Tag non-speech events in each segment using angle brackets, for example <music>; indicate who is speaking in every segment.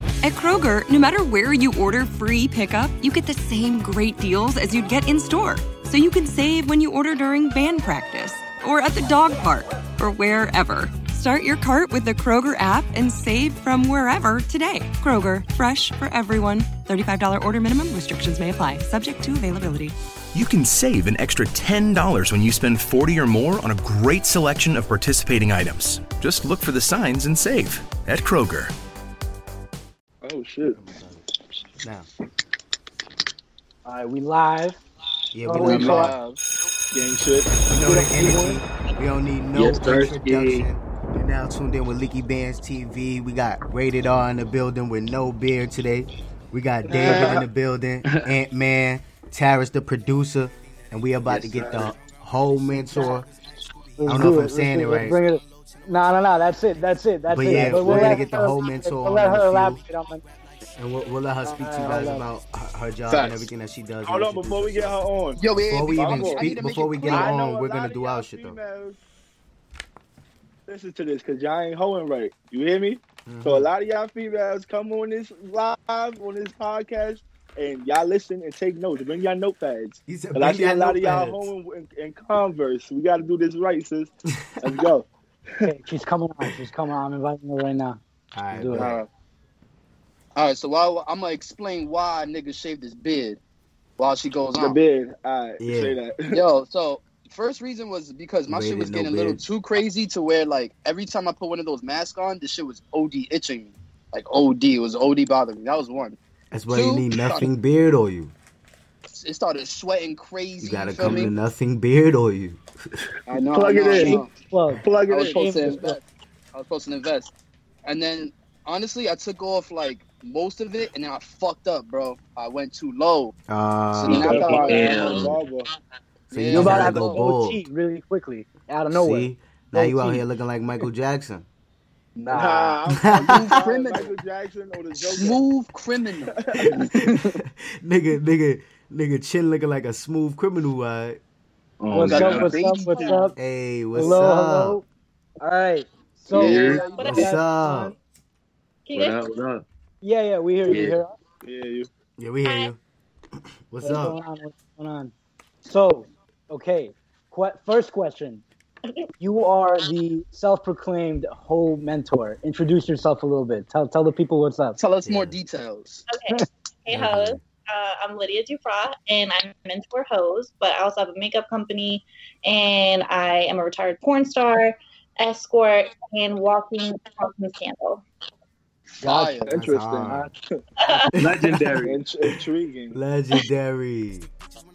Speaker 1: At Kroger, no matter where you order free pickup, you get the same great deals as you'd get in store. So you can save when you order during band practice, or at the dog park, or wherever. Start your cart with the Kroger app and save from wherever today. Kroger, fresh for everyone. $35 order minimum restrictions may apply, subject to availability.
Speaker 2: You can save an extra $10 when you spend 40 or more on a great selection of participating items. Just look for the signs and save at Kroger.
Speaker 3: Oh shit.
Speaker 4: Now,
Speaker 5: All right, we live.
Speaker 4: yeah,
Speaker 5: Oh,
Speaker 4: we,
Speaker 3: We
Speaker 4: don't
Speaker 5: we
Speaker 4: need-
Speaker 5: caught-
Speaker 3: live. Gang shit.
Speaker 4: we know the energy. We don't need no
Speaker 3: Yes, thirsty.
Speaker 4: introduction. You're now tuned in with Leaky Bands TV. We got Rated R in the building with no beard today. We got David in the building, Ant Man, Taris the producer, and we about to get the whole mentor.
Speaker 5: Let's
Speaker 4: I don't know
Speaker 5: do
Speaker 4: if I'm
Speaker 5: Let's
Speaker 4: saying
Speaker 5: do
Speaker 4: it
Speaker 5: Let's
Speaker 4: right.
Speaker 5: Bring it. No, no, no. That's it. That's it. That's
Speaker 4: But
Speaker 5: it.
Speaker 4: yeah,
Speaker 5: But
Speaker 4: we're
Speaker 5: we'll
Speaker 4: gonna
Speaker 5: let
Speaker 4: get the
Speaker 5: her-
Speaker 4: whole mentor
Speaker 5: We'll let
Speaker 4: on
Speaker 5: her
Speaker 4: the
Speaker 5: elaborate on it.
Speaker 4: And we'll, we'll let her speak to you guys about her, her job and
Speaker 3: Facts.
Speaker 4: everything that she does.
Speaker 3: Hold on, before we get her on.
Speaker 6: Yo, yeah,
Speaker 4: Before we
Speaker 6: because
Speaker 4: even
Speaker 6: I need
Speaker 4: speak,
Speaker 6: to make
Speaker 4: before
Speaker 6: it
Speaker 4: we
Speaker 6: clear.
Speaker 4: get
Speaker 3: I
Speaker 4: on,
Speaker 3: know a
Speaker 4: we're
Speaker 3: lot
Speaker 4: gonna
Speaker 3: of
Speaker 4: do
Speaker 3: y'all
Speaker 4: our shit though.
Speaker 3: females- Listen to this, cause y'all ain't hoeing right. You hear me?
Speaker 4: Mm-hmm.
Speaker 3: So a lot of y'all females come on this live on this podcast, and y'all listen and take notes. Bring y'all notepads.
Speaker 4: He said,
Speaker 3: Cause I
Speaker 4: "Bring
Speaker 3: see a
Speaker 4: that
Speaker 3: lot of y'all
Speaker 4: notepad."
Speaker 3: hoeing in, in Converse. We got to do this right,
Speaker 4: <laughs>
Speaker 3: sis. Let's go.
Speaker 5: Okay, she's coming on. She's coming on. I'm inviting her right now.
Speaker 4: All right,
Speaker 5: Do it.
Speaker 4: bet.
Speaker 3: Uh,
Speaker 6: All right, so while, I'm gonna explain why a nigga shaved his beard while she goes
Speaker 3: the
Speaker 6: on.
Speaker 3: bid. All right,
Speaker 4: Yeah.
Speaker 3: say that. <laughs>
Speaker 6: Yo, so first reason was because my shit
Speaker 4: Rated
Speaker 6: was
Speaker 4: no
Speaker 6: getting a little
Speaker 4: beard.
Speaker 6: too crazy to where like every time I put one of those masks on, this shit was OD itching me. Like OD, it was OD bothering me. That was one.
Speaker 4: That's why you
Speaker 6: Two-
Speaker 4: need nothing beard or you.
Speaker 6: It started sweating crazy.
Speaker 4: You
Speaker 6: You
Speaker 4: gotta
Speaker 6: feel
Speaker 4: come
Speaker 6: me?
Speaker 4: to nothing beard or you.
Speaker 6: I know,
Speaker 3: Plug
Speaker 6: I
Speaker 3: it
Speaker 6: know, I
Speaker 3: in.
Speaker 6: know.
Speaker 4: <laughs>
Speaker 5: Plug.
Speaker 3: Plug
Speaker 6: I
Speaker 3: it
Speaker 6: was
Speaker 3: in.
Speaker 6: supposed to
Speaker 5: Aim for
Speaker 6: invest. I was supposed to invest. And then honestly, I took off like most of it, and then I fucked up, bro. I went too low.
Speaker 4: Uh,
Speaker 6: So then I thought,
Speaker 3: Damn.
Speaker 4: so you
Speaker 6: Yeah.
Speaker 5: You're
Speaker 4: just
Speaker 5: about
Speaker 4: gotta
Speaker 5: to have to
Speaker 4: go
Speaker 5: go
Speaker 4: bold.
Speaker 5: OT really quickly out of nowhere.
Speaker 4: See, now you out
Speaker 5: OT.
Speaker 4: here looking like Michael Jackson.
Speaker 6: <laughs>
Speaker 4: <laughs>
Speaker 5: Nah.
Speaker 3: Nah, I'm
Speaker 6: Smooth
Speaker 3: I'm
Speaker 6: criminal.
Speaker 3: Michael Jackson or the Joker.
Speaker 6: smooth
Speaker 3: <laughs>
Speaker 6: criminal.
Speaker 4: nigga, nigga, nigga, chin looking like a smooth criminal. Uh,
Speaker 5: What's
Speaker 6: God.
Speaker 5: up? What's up? What's up?
Speaker 4: hey, what's
Speaker 5: Hello,
Speaker 4: up?
Speaker 5: hello. All right. So
Speaker 7: Yeah.
Speaker 4: What's up?
Speaker 7: Can you guys-
Speaker 5: Yeah, yeah, we hear you. You
Speaker 7: Yeah.
Speaker 5: hear us?
Speaker 3: Yeah, you.
Speaker 4: Yeah, we hear you. What's
Speaker 5: What's
Speaker 4: up?
Speaker 5: going on? What's going on? So, okay, que- first question. <clears throat> You are the self-proclaimed whole mentor. Introduce yourself a little bit. Tell tell the people what's up.
Speaker 6: Tell us
Speaker 4: Yeah.
Speaker 6: more details.
Speaker 7: Okay. Hey, hoes. Uh, I'm Lydia Duprat, and I'm mentor hoes, but I also have a makeup company, and I am a retired porn star, escort, and walking fountain candle.
Speaker 6: Fire.
Speaker 3: Gotcha. Interesting.
Speaker 4: hard. <laughs>
Speaker 3: Legendary. intriguing.
Speaker 4: Legendary.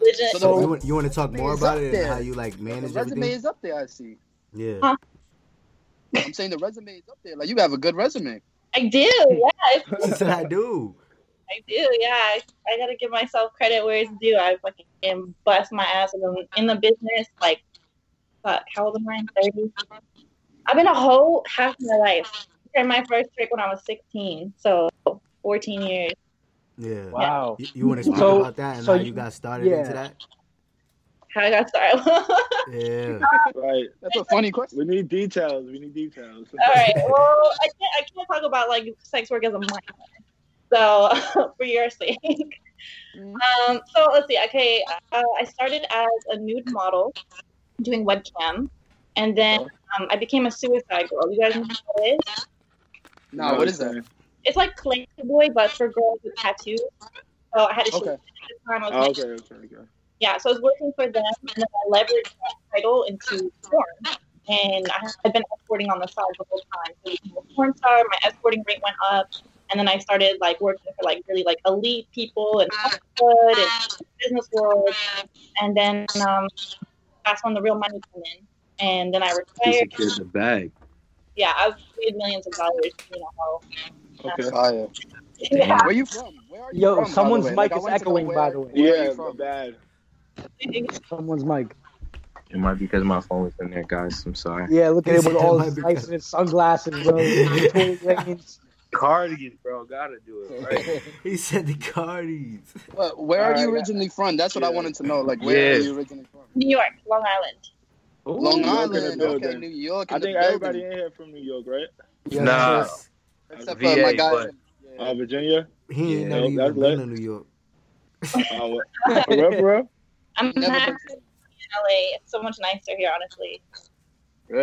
Speaker 7: Legit.
Speaker 6: So-
Speaker 4: you, want, you want to talk more
Speaker 6: is
Speaker 4: about
Speaker 6: up
Speaker 4: it and
Speaker 6: there.
Speaker 4: how you like
Speaker 6: The
Speaker 4: manage
Speaker 6: resume
Speaker 4: everything?
Speaker 6: is up there, I see.
Speaker 4: Yeah.
Speaker 7: Huh?
Speaker 6: I'm saying the resume is up there. Like you have a good resume.
Speaker 7: I do, yes,
Speaker 4: She said, I do.
Speaker 7: I do, yeah. I, I gotta give myself credit where it's due. I fucking bust my ass in the, in the business. Like, fuck, how old am I? 30? I've been a hoe half my life. I tried my first trick when I was 16, so 14 years.
Speaker 4: Yeah.
Speaker 5: Wow.
Speaker 4: You, want to speak
Speaker 5: So-
Speaker 4: about that and
Speaker 5: so
Speaker 4: how
Speaker 5: you-
Speaker 4: you got started
Speaker 5: yeah.
Speaker 4: into
Speaker 6: <laughs>
Speaker 4: that?
Speaker 7: how I got started. <laughs> All
Speaker 4: Yeah.
Speaker 3: Right.
Speaker 6: That's a funny question.
Speaker 3: We need details. We need details.
Speaker 7: right. Well, I can't, I can't talk about like sex work as a minor. So <laughs> for your sake. Um, so let's see. Okay, uh, I started as a nude model doing webcam, and then um, I became a suicide girl. You guys know what that is?
Speaker 6: Nah, what is that?
Speaker 7: It's like Playboy, but for girls with tattoos. So I had to shoot
Speaker 6: Okay.
Speaker 7: at the time. I was
Speaker 3: <laughs> Oh, okay, okay, okay.
Speaker 7: yeah, so I was working for them, and then I leveraged that title into porn. And I had been escorting on the side the whole time. So I became a porn star, my escorting rate went up, and then I started like working for like really like elite people and Hollywood and business world. And then um, that's when the real money came in. And then I retired.
Speaker 8: Just a bag.
Speaker 7: Yeah, I was paid millions of dollars, you know. Um,
Speaker 3: Okay.
Speaker 6: Fire.
Speaker 7: Yeah,
Speaker 6: Where you from? Where are you
Speaker 5: Yo,
Speaker 6: from, by the
Speaker 5: someone's
Speaker 6: way?
Speaker 5: mic
Speaker 6: Like, I
Speaker 5: is
Speaker 6: wanted to know
Speaker 5: echoing.
Speaker 6: where-
Speaker 5: By the way,
Speaker 6: Where are you
Speaker 3: Yeah,
Speaker 6: from?
Speaker 3: bad.
Speaker 5: someone's mic.
Speaker 8: It might be because my phone was in there, guys. I'm sorry.
Speaker 5: Yeah, look at him with
Speaker 4: That
Speaker 5: all
Speaker 4: might
Speaker 5: his
Speaker 4: be
Speaker 5: lights and his sunglasses, <laughs> bro. his toilet rings.
Speaker 8: Cardigan, bro. Gotta do it.
Speaker 4: <laughs> He said the Cardis.
Speaker 6: What- where are
Speaker 3: All
Speaker 6: you
Speaker 3: right.
Speaker 6: originally from? That's what I
Speaker 3: Yeah.
Speaker 6: wanted to know. Like, where
Speaker 8: Yeah.
Speaker 6: are you originally from?
Speaker 7: <laughs> New York, Long Island.
Speaker 6: Long
Speaker 3: New York in the
Speaker 6: Island, okay,
Speaker 3: building.
Speaker 6: New York. In
Speaker 3: I
Speaker 6: the
Speaker 3: think
Speaker 6: building.
Speaker 3: everybody in here from New York, right?
Speaker 4: Yeah,
Speaker 8: Nah.
Speaker 4: that's-
Speaker 6: except for
Speaker 8: VA,
Speaker 6: my guy.
Speaker 8: but-
Speaker 6: yeah,
Speaker 3: Uh, Virginia.
Speaker 4: He ain't
Speaker 8: Yeah,
Speaker 4: never
Speaker 3: that's
Speaker 4: even
Speaker 3: lit.
Speaker 4: been to New York.
Speaker 3: Uh, what- what, bro?
Speaker 7: I'm
Speaker 6: Never
Speaker 7: happy
Speaker 6: been-
Speaker 7: to be in LA. It's so much nicer here, honestly.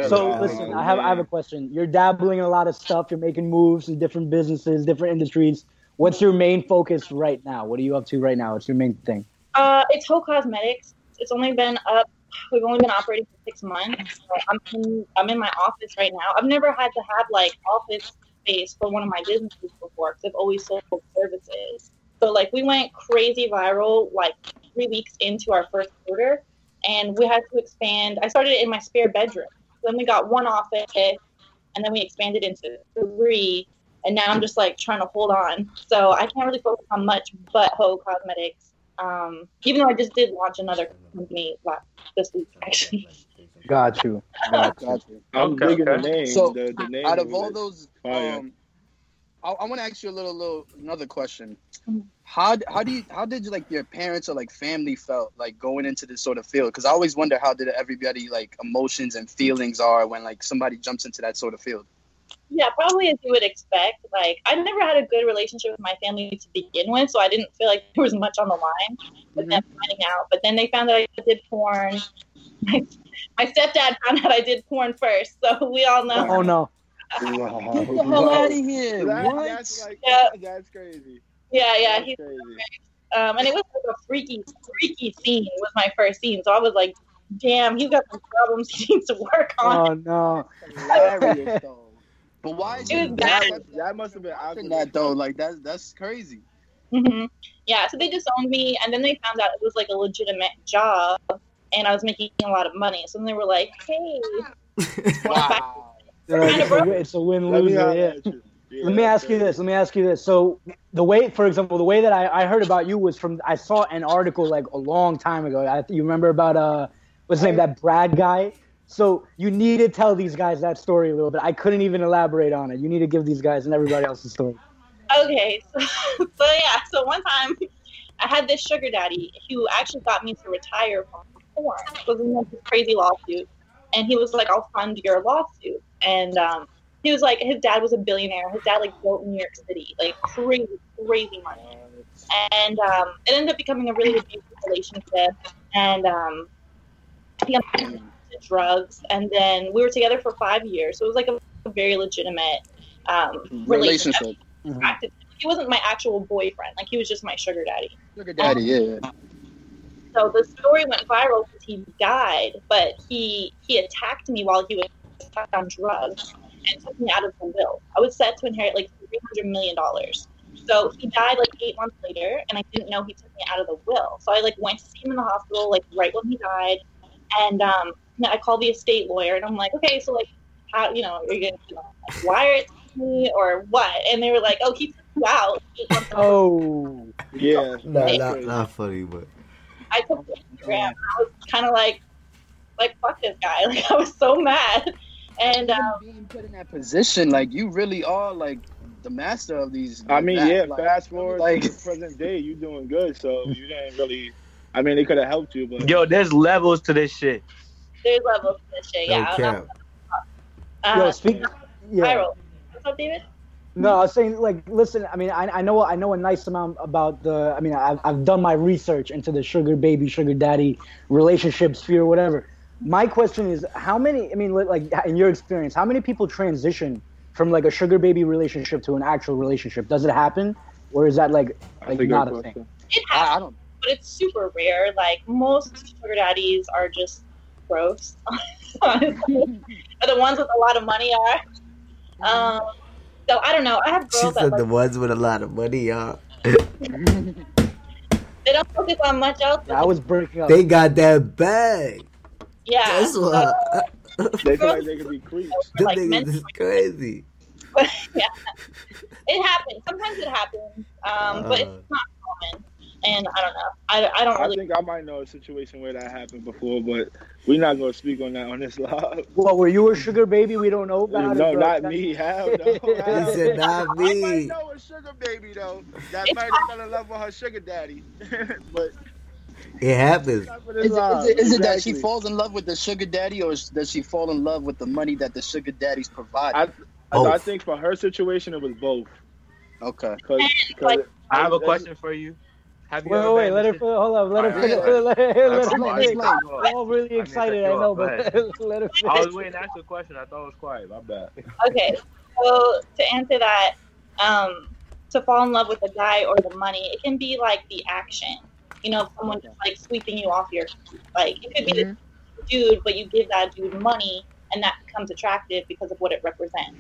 Speaker 5: So
Speaker 3: Oh,
Speaker 5: listen, I have I have a
Speaker 8: man.
Speaker 5: question. You're dabbling in a lot of stuff. You're making moves in different businesses, different industries. What's your main focus right now? What are you up to right now? What's your main thing?
Speaker 7: Uh, it's Whole Cosmetics. It's only been up. We've only been operating for six months. So I'm in, I'm in my office right now. I've never had to have like office space for one of my businesses before because I've always sold services. So like we went crazy viral like three weeks into our first quarter, and we had to expand. I started in my spare bedroom. Then we got one office, and then we expanded into three. And now I'm just like trying to hold on. So I can't really focus on much but Ho Cosmetics um, even though I just did launch another company last, this week, actually.
Speaker 5: <laughs> Got you.
Speaker 3: I'm
Speaker 8: Okay,
Speaker 3: digging
Speaker 8: okay.
Speaker 3: the name.
Speaker 6: So,
Speaker 3: the, the name
Speaker 6: Out of
Speaker 3: it
Speaker 6: all
Speaker 3: is.
Speaker 6: those,
Speaker 3: Fire.
Speaker 6: um, I, I want to ask you a little, little another question.
Speaker 7: Mhm.
Speaker 6: How d- how do you how did you like your parents or like family felt like going into this sort of field? Because I always wonder how did everybody like emotions and feelings are when like somebody jumps into that sort of field.
Speaker 7: <laughs> Yeah, probably as you would expect. Like, I never had a good relationship with my family to begin with, so I didn't feel like there was much on the line with them
Speaker 5: Mm-hmm.
Speaker 7: finding out. But then they found that I did porn. <laughs> My, my stepdad found out I did porn first, so we all know.
Speaker 5: Oh no.
Speaker 6: Get the
Speaker 3: Wow.
Speaker 6: hell
Speaker 3: Wow.
Speaker 6: out of here!
Speaker 3: That-
Speaker 6: what?
Speaker 3: That's like
Speaker 7: Yeah.
Speaker 3: that's crazy.
Speaker 7: Yeah, yeah.
Speaker 3: That's
Speaker 7: He,
Speaker 3: crazy.
Speaker 7: um, and it was like a freaky, freaky scene was my first scene, so I was like, damn, he's got some <laughs> problems he needs to work on.
Speaker 5: Oh no.
Speaker 6: Hilarious though. But why is
Speaker 7: It
Speaker 6: your
Speaker 7: was
Speaker 6: dad
Speaker 7: bad.
Speaker 6: accepting
Speaker 3: That must have been awkward.
Speaker 6: that though? Like that's that's crazy.
Speaker 7: hmm Yeah, so they disowned me, and then they found out it was like a legitimate job, and I was making a lot of money. So then they were like, "Hey,
Speaker 6: Wow.
Speaker 5: They're like, it's, a, win- it's a win
Speaker 3: Let me,
Speaker 5: lose.
Speaker 3: holler
Speaker 5: Yeah.
Speaker 3: at you. Yeah,
Speaker 5: Let me
Speaker 3: that's
Speaker 5: ask you
Speaker 3: crazy.
Speaker 5: this. Let me ask you this. So the way, for example, the way that I, I heard about you was from I saw an article like a long time ago. I, you remember about uh, what's his name? That Brad guy. So you need to tell these guys that story a little bit. I couldn't even elaborate on it. You need to give these guys and everybody else the story.
Speaker 7: okay." <laughs> So, so yeah, so one time I had this sugar daddy who actually got me to retire from porn. It was in like this crazy lawsuit, and he was like, "I'll fund your lawsuit." And um, he was like, his dad was a billionaire. His dad like built New York City, like crazy, crazy money. and um, it ended up becoming a really abusive relationship. And um, he got into drugs, and then we were together for five years. So it was like a, a very legitimate um, relationship.
Speaker 6: Relationship.
Speaker 7: Acted- He wasn't my actual boyfriend; like he was just my sugar daddy.
Speaker 6: Look at daddy. Yeah. yeah.
Speaker 7: So the story went viral because he died, but he he attacked me while he was on drugs and took me out of the will. I was set to inherit like three hundred million dollars. So he died like eight months later, and I didn't know he took me out of the will. So I like went to see him in the hospital like right when he died, and um, I called the estate lawyer, and I'm like, okay, so like how you know are you gonna you know, like, wire it to me or what? And they were like, oh, he took you out. Eight months ago.
Speaker 5: Oh,
Speaker 3: Yeah.
Speaker 4: Nah,
Speaker 3: that's
Speaker 4: not,
Speaker 3: crazy.
Speaker 4: not funny, but
Speaker 7: I took the
Speaker 4: Oh,
Speaker 7: Instagram. I was kind of like, like fuck this guy. <laughs> Like I was so mad. And um,
Speaker 6: being put in that position, like you really are like the master of these.
Speaker 3: I mean,
Speaker 6: that,
Speaker 3: yeah.
Speaker 6: like-
Speaker 3: fast forward
Speaker 6: like-
Speaker 3: to the present day, you doing good. So you didn't really. I mean, they could have helped you, but
Speaker 8: <laughs> Yo, there's levels to this shit.
Speaker 7: there's levels to this shit. Yeah.
Speaker 4: no cap.
Speaker 7: Uh,
Speaker 5: yo, speak. Yeah.
Speaker 7: Viral. What's up, David?
Speaker 5: No, I was saying like, listen. I mean, I, I know I know a nice amount about the. I mean, I've I've done my research into the sugar baby, sugar daddy relationship sphere, whatever. My question is, how many? I mean, li- like in your experience, how many people transition from like a sugar baby relationship to an actual relationship? Does it happen, or is that like
Speaker 3: That's
Speaker 5: like
Speaker 3: a good
Speaker 5: not a
Speaker 3: question.
Speaker 5: thing?
Speaker 7: It
Speaker 6: I,
Speaker 7: happens,
Speaker 6: I don't.
Speaker 7: but it's super rare. Like most sugar daddies are just gross. <laughs> honestly. Or the ones with a lot of money are. Um, so I don't know. I have
Speaker 4: She
Speaker 7: girls that
Speaker 4: said
Speaker 7: like,
Speaker 4: the ones with a lot of money, y'all.
Speaker 7: they don't focus on much else.
Speaker 5: Yeah, I was breaking up.
Speaker 4: They got that bag.
Speaker 7: yeah.
Speaker 4: That's
Speaker 7: so
Speaker 4: why.
Speaker 3: they feel like they could be creeps.
Speaker 4: <laughs> Them
Speaker 7: Like
Speaker 4: niggas
Speaker 7: mentally-
Speaker 4: is crazy.
Speaker 7: yeah, it happens. Sometimes it happens, um, but
Speaker 4: Uh.
Speaker 7: it's not common. And I don't know. I, I don't
Speaker 3: I
Speaker 7: really.
Speaker 3: think I might know a situation where that happened before, but we're not gonna speak on that on this <laughs> live.
Speaker 5: Well, were you a sugar baby? We don't know about.
Speaker 3: no,
Speaker 5: it, bro.
Speaker 3: not me. Hell no.
Speaker 4: He
Speaker 3: <laughs> Hell
Speaker 4: said, not
Speaker 3: I might
Speaker 4: me.
Speaker 3: know a sugar baby though that
Speaker 7: It's
Speaker 3: might have fell in love with her sugar daddy, <laughs> but
Speaker 4: It happens.
Speaker 3: not for this
Speaker 6: Is it,
Speaker 3: live.
Speaker 6: is, it, is it that she
Speaker 3: Exactly.
Speaker 6: falls in love with the sugar daddy, or is- does she fall in
Speaker 4: Oh.
Speaker 6: love with the money that the sugar daddies provide?
Speaker 3: I,
Speaker 4: Both.
Speaker 3: I think for her situation it was both.
Speaker 6: Okay.
Speaker 3: Cause,
Speaker 7: Like-
Speaker 8: I have a question for you. Have you
Speaker 5: Wait,
Speaker 8: ever
Speaker 5: wait, wait.
Speaker 8: been
Speaker 5: Let her
Speaker 8: to-
Speaker 5: fill- hold up. Let her
Speaker 8: All right, all
Speaker 5: finish. Let her let her
Speaker 8: Come on,
Speaker 5: finish.
Speaker 8: explain.
Speaker 5: We're all
Speaker 8: I
Speaker 5: really
Speaker 8: need to
Speaker 5: excited. I
Speaker 8: go,
Speaker 5: know,
Speaker 8: go
Speaker 5: but <laughs> let her
Speaker 8: I
Speaker 5: finish.
Speaker 8: was waiting to ask you a question. I thought it was quiet. My bad.
Speaker 7: Okay, so to answer that, um, to fall in love with a guy or the money, it can be like the action. You know, if someone just like sweeping you off your feet. Like it could be the dude, but you give that dude money, and that becomes attractive because of what it represents.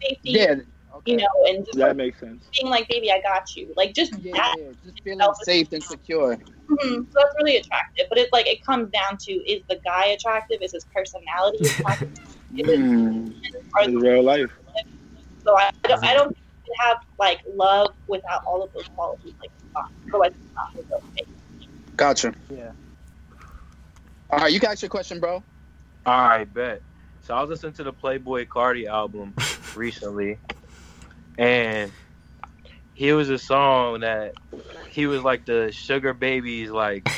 Speaker 7: Safety,
Speaker 6: Yeah. Okay.
Speaker 7: you know, and just
Speaker 3: That
Speaker 7: like,
Speaker 3: makes sense.
Speaker 7: being like, "Baby, I got you." Like just
Speaker 6: Yeah,
Speaker 7: that.
Speaker 6: yeah, just feeling safe and secure.
Speaker 7: Mhm. So that's really attractive. But it's like it comes down to: is the guy attractive? Is his personality attractive? Is
Speaker 6: Mm-hmm.
Speaker 7: it- are
Speaker 3: It's real life.
Speaker 7: So I, I don't, I don't think you can have like love without all of those qualities like combined. So like not with those things.
Speaker 6: Gotcha.
Speaker 5: Yeah.
Speaker 6: All right, you can ask your question, bro.
Speaker 8: All right, bet. So I was listening to the Playboy Cardi album recently, and he was a song that he was like the Sugar Baby's like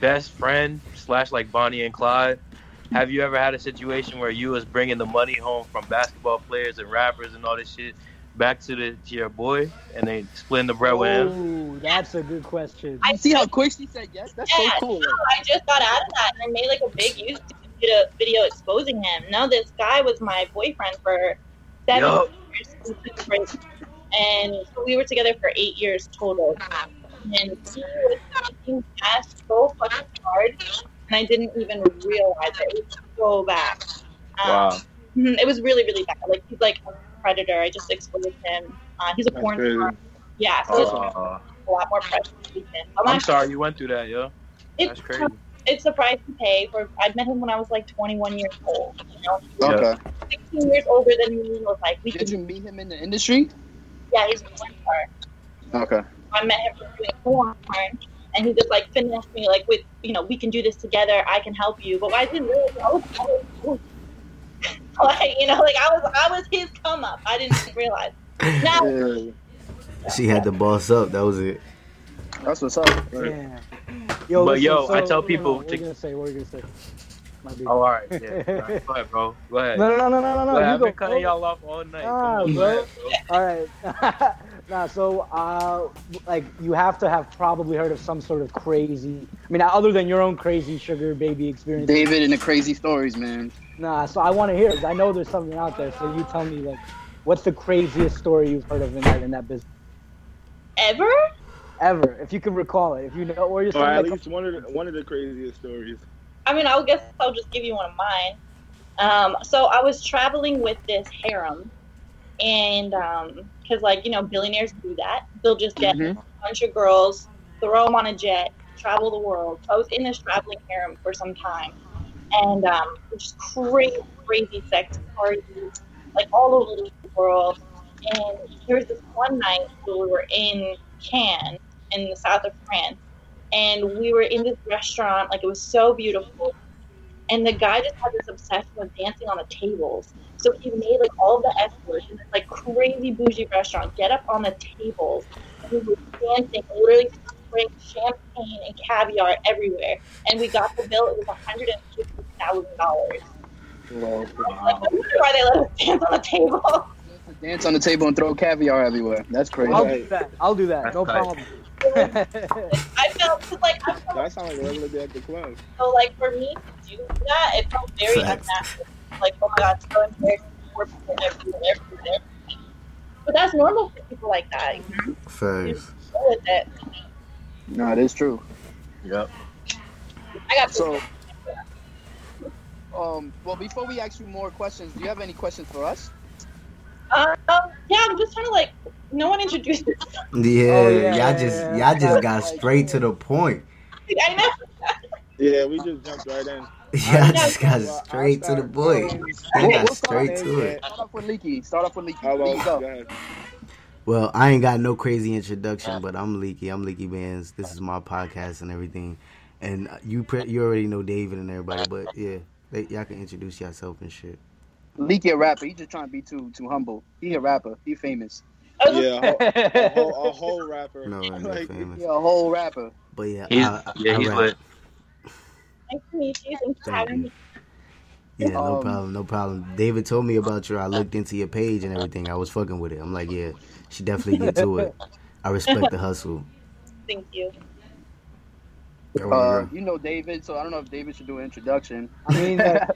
Speaker 8: best friend slash like Bonnie and Clyde. Have you ever had a situation where you was bringing the money home from basketball players and rappers and all this shit back to the to your boy, and they splitting the bread with him?
Speaker 5: Ooh, Oh, that's a good question.
Speaker 7: I-
Speaker 6: You see how quick she said yes? That's so
Speaker 7: Yeah.
Speaker 6: cool.
Speaker 7: I just got out of that and I made like a big YouTube video, video exposing him. No, this guy was my boyfriend for seven
Speaker 8: Yo.
Speaker 7: years. We took a break. And so we were together for eight years total. And he was being asked so fucking hard, and I didn't even realize it. It was so bad. Um,
Speaker 8: Wow.
Speaker 7: Mhm, It was really, really bad. Like he's like a predator. I just exposed him. Uh, he's a
Speaker 3: That's
Speaker 7: porn
Speaker 3: crazy.
Speaker 7: star. Yeah, so it's
Speaker 8: Uh,
Speaker 7: a lot more pressure. to meet him. I'm
Speaker 8: I'm
Speaker 7: like,
Speaker 8: sorry you went through that, yo. That's
Speaker 7: It's
Speaker 8: crazy.
Speaker 7: it's a price to pay for. I met him when I was like 21 years old. You know,
Speaker 8: Yeah.
Speaker 6: Okay.
Speaker 7: 16 years older than me. Was like we
Speaker 6: Did
Speaker 7: could.
Speaker 6: you meet him in the industry?
Speaker 7: Yeah, he's a porn star.
Speaker 6: Okay.
Speaker 7: I met him for doing porn, and he just like finessed me like with you know we can do this together. I can help you. But I didn't really know. I was- I was- <laughs> like you know, like I was I was his come up. I didn't
Speaker 3: <laughs>
Speaker 7: even realize. Now
Speaker 3: Yeah.
Speaker 4: She had the boss up. That was it.
Speaker 6: That's what's up.
Speaker 5: Damn. listen,
Speaker 8: But yo, I
Speaker 5: no,
Speaker 8: tell
Speaker 5: no,
Speaker 8: people
Speaker 5: no, What are
Speaker 8: to-
Speaker 5: you gonna say? What are you gonna say? My bad.
Speaker 8: Oh, all right. Yeah. All right. Go ahead, bro. Go ahead.
Speaker 5: No, no, no, no, no, no.
Speaker 8: Well,
Speaker 5: you
Speaker 8: I've
Speaker 5: go,
Speaker 8: been cutting
Speaker 5: bro.
Speaker 8: y'all off all night.
Speaker 5: Ah,
Speaker 8: Come on,
Speaker 5: bro.
Speaker 8: man,
Speaker 5: All right. <laughs> nah, so uh, like you have to have probably heard of some sort of crazy. I mean, other than your own crazy sugar baby experience.
Speaker 6: David and the crazy stories, man.
Speaker 5: Nah, so I want to hear. it. I know there's something out there. So you tell me, like, what's the craziest story you've heard of in that in that business
Speaker 7: ever.
Speaker 5: ever? If you can recall it, if you know, or you're
Speaker 3: Or at
Speaker 5: something like,
Speaker 3: least one of the, one of the craziest stories.
Speaker 7: I mean, I guess I'll just give you one of mine. Um, so I was traveling with this harem, and because like you know billionaires do that, they'll just get
Speaker 6: Mhm.
Speaker 7: a bunch of girls, throw them on a jet, travel the world. So I was in this traveling harem for some time, and um, it was just crazy, crazy sex parties, like all over the world. And there was this one night where we were in Cannes, in the south of France and we were in this restaurant like it was so beautiful and the guy just had this obsession with dancing on the tables so he made like all the S words in this like crazy bougie restaurant get up on the tables and we were dancing literally spraying champagne and caviar everywhere and we got the bill it was $150,000 like, I wonder why they let us dance on the table <laughs>
Speaker 6: Dance on the table and throw caviar everywhere. That's crazy.
Speaker 5: I'll
Speaker 7: Oh.
Speaker 3: Right.
Speaker 5: do that. I'll do that. No problem. <laughs>
Speaker 7: I felt 'cause, like I felt
Speaker 3: That sounds like a regular day at the club.
Speaker 7: So like for me to do that, it felt very
Speaker 4: Facts.
Speaker 7: unnatural. Like oh my god, so embarrassing for people everywhere, everywhere. But that's normal for people like that. You know?
Speaker 4: Facts.
Speaker 7: Go with it.
Speaker 6: No, it is true.
Speaker 8: Yep.
Speaker 7: I got
Speaker 6: So, um, well, before we ask you more questions, do you have any questions for us?
Speaker 7: Um, yeah, I'm just trying to like. No one introduced me. <laughs>
Speaker 4: Yeah,
Speaker 5: Oh, yeah,
Speaker 4: y'all just
Speaker 5: yeah,
Speaker 4: y'all just got straight to the point.
Speaker 7: I know.
Speaker 3: Yeah, we just jumped right in.
Speaker 4: <laughs> Y'all just got
Speaker 3: Well, I
Speaker 4: straight to the
Speaker 3: started
Speaker 4: point.
Speaker 3: going-
Speaker 4: Y'all got
Speaker 6: What's up,
Speaker 4: straight
Speaker 6: man?
Speaker 4: to it.
Speaker 6: Start off with Leaky. Start off with Leaky.
Speaker 3: How
Speaker 6: There you
Speaker 3: about
Speaker 6: go.
Speaker 3: go ahead.
Speaker 4: Well, I ain't got no crazy introduction, but I'm Leaky. I'm Leaky Bands. This is my podcast and everything. And you pre- you already know David and everybody, but yeah, they, y'all can introduce yourself and shit.
Speaker 6: Leaky a rapper. He just trying to be too too humble. He a rapper. He famous.
Speaker 7: I was
Speaker 3: Yeah,
Speaker 5: <laughs>
Speaker 3: a whole, a whole, a whole rapper.
Speaker 4: No, I'm not
Speaker 3: <laughs> Like,
Speaker 4: famous.
Speaker 6: He a whole rapper.
Speaker 4: But yeah,
Speaker 8: <laughs> He's,
Speaker 4: I, I,
Speaker 8: yeah,
Speaker 4: I
Speaker 8: he's
Speaker 4: rap.
Speaker 8: lit.
Speaker 7: nice to meet you. Thanks for
Speaker 4: Thank
Speaker 7: having
Speaker 4: you.
Speaker 7: me.
Speaker 4: Yeah, no
Speaker 6: Um,
Speaker 4: problem, no problem. David told me about your. I looked into your page and everything. I was fucking with it. I'm like, yeah, she definitely get to it. I respect the hustle.
Speaker 7: Thank you.
Speaker 4: Oh,
Speaker 6: Uh, you know David, so I don't know if David should do an introduction.
Speaker 5: I mean, uh,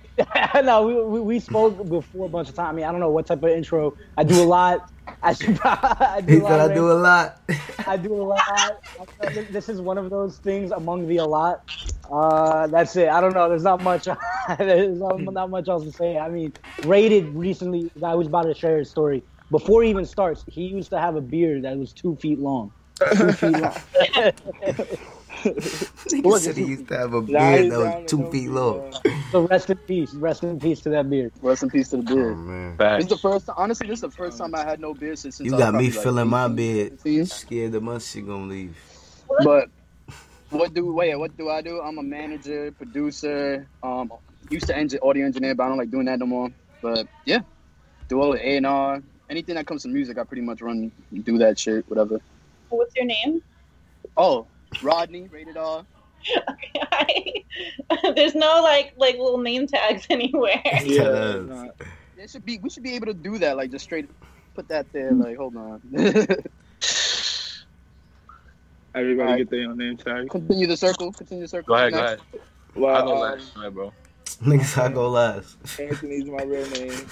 Speaker 5: <laughs> no, we, we, we spoke before a bunch of time. I mean, I don't know what type of intro. I do a lot. I, should, probably- I
Speaker 4: <laughs>
Speaker 5: do <laughs>
Speaker 4: he
Speaker 5: a lot.
Speaker 4: thought I
Speaker 5: of
Speaker 4: do a lot.
Speaker 5: I do a lot. This is one of those things among the a lot. Uh, that's it. I don't know. There's not much. <laughs> there's not, not much else to say. I mean, rated recently. The guy was about to share his story before he even starts. He used to have a beard that was two feet long. Two feet long.
Speaker 4: Nigga said he used to have a
Speaker 3: Nah,
Speaker 4: beard
Speaker 3: he's
Speaker 4: that
Speaker 3: down
Speaker 4: was
Speaker 3: to
Speaker 4: two
Speaker 3: no
Speaker 4: feet
Speaker 3: beard,
Speaker 4: long.
Speaker 3: man.
Speaker 5: So rest in peace. Rest in peace to that beard.
Speaker 6: Rest in peace to the
Speaker 4: Oh
Speaker 6: beard.
Speaker 4: man,
Speaker 6: This
Speaker 8: Facts.
Speaker 6: is the first. Honestly, this is the first time I had no beard since. since
Speaker 4: you
Speaker 6: I was
Speaker 4: got me
Speaker 6: probably, like,
Speaker 4: feeling my
Speaker 6: 18,
Speaker 4: beard.
Speaker 6: 15.
Speaker 4: Scared the month she gonna leave. <laughs>
Speaker 6: But what do wait? What do I do? I'm a manager, producer. Um, used to engine, audio engineer, but I don't like doing that no more. But yeah, do all the A and R, anything that comes to music, I pretty much run, do that shit, whatever.
Speaker 7: What's your name? <laughs>
Speaker 6: Oh, Rodney, rated R.
Speaker 7: There's no like like little name tags <laughs> anywhere.
Speaker 3: Yeah,
Speaker 4: Tell
Speaker 3: it's
Speaker 4: us.
Speaker 3: not-
Speaker 6: There should be. We should be able to do that. Like just straight, put that there. Like hold on. <laughs>
Speaker 3: everybody
Speaker 6: Alright.
Speaker 3: get their own name tag.
Speaker 6: continue the circle. Continue the circle.
Speaker 8: Go ahead, go
Speaker 6: Next.
Speaker 8: ahead. I go
Speaker 3: Well, um,
Speaker 8: last. Go
Speaker 3: <laughs>
Speaker 8: ahead, bro. <laughs>
Speaker 4: Niggas, I go last.
Speaker 3: Anthony's my real name,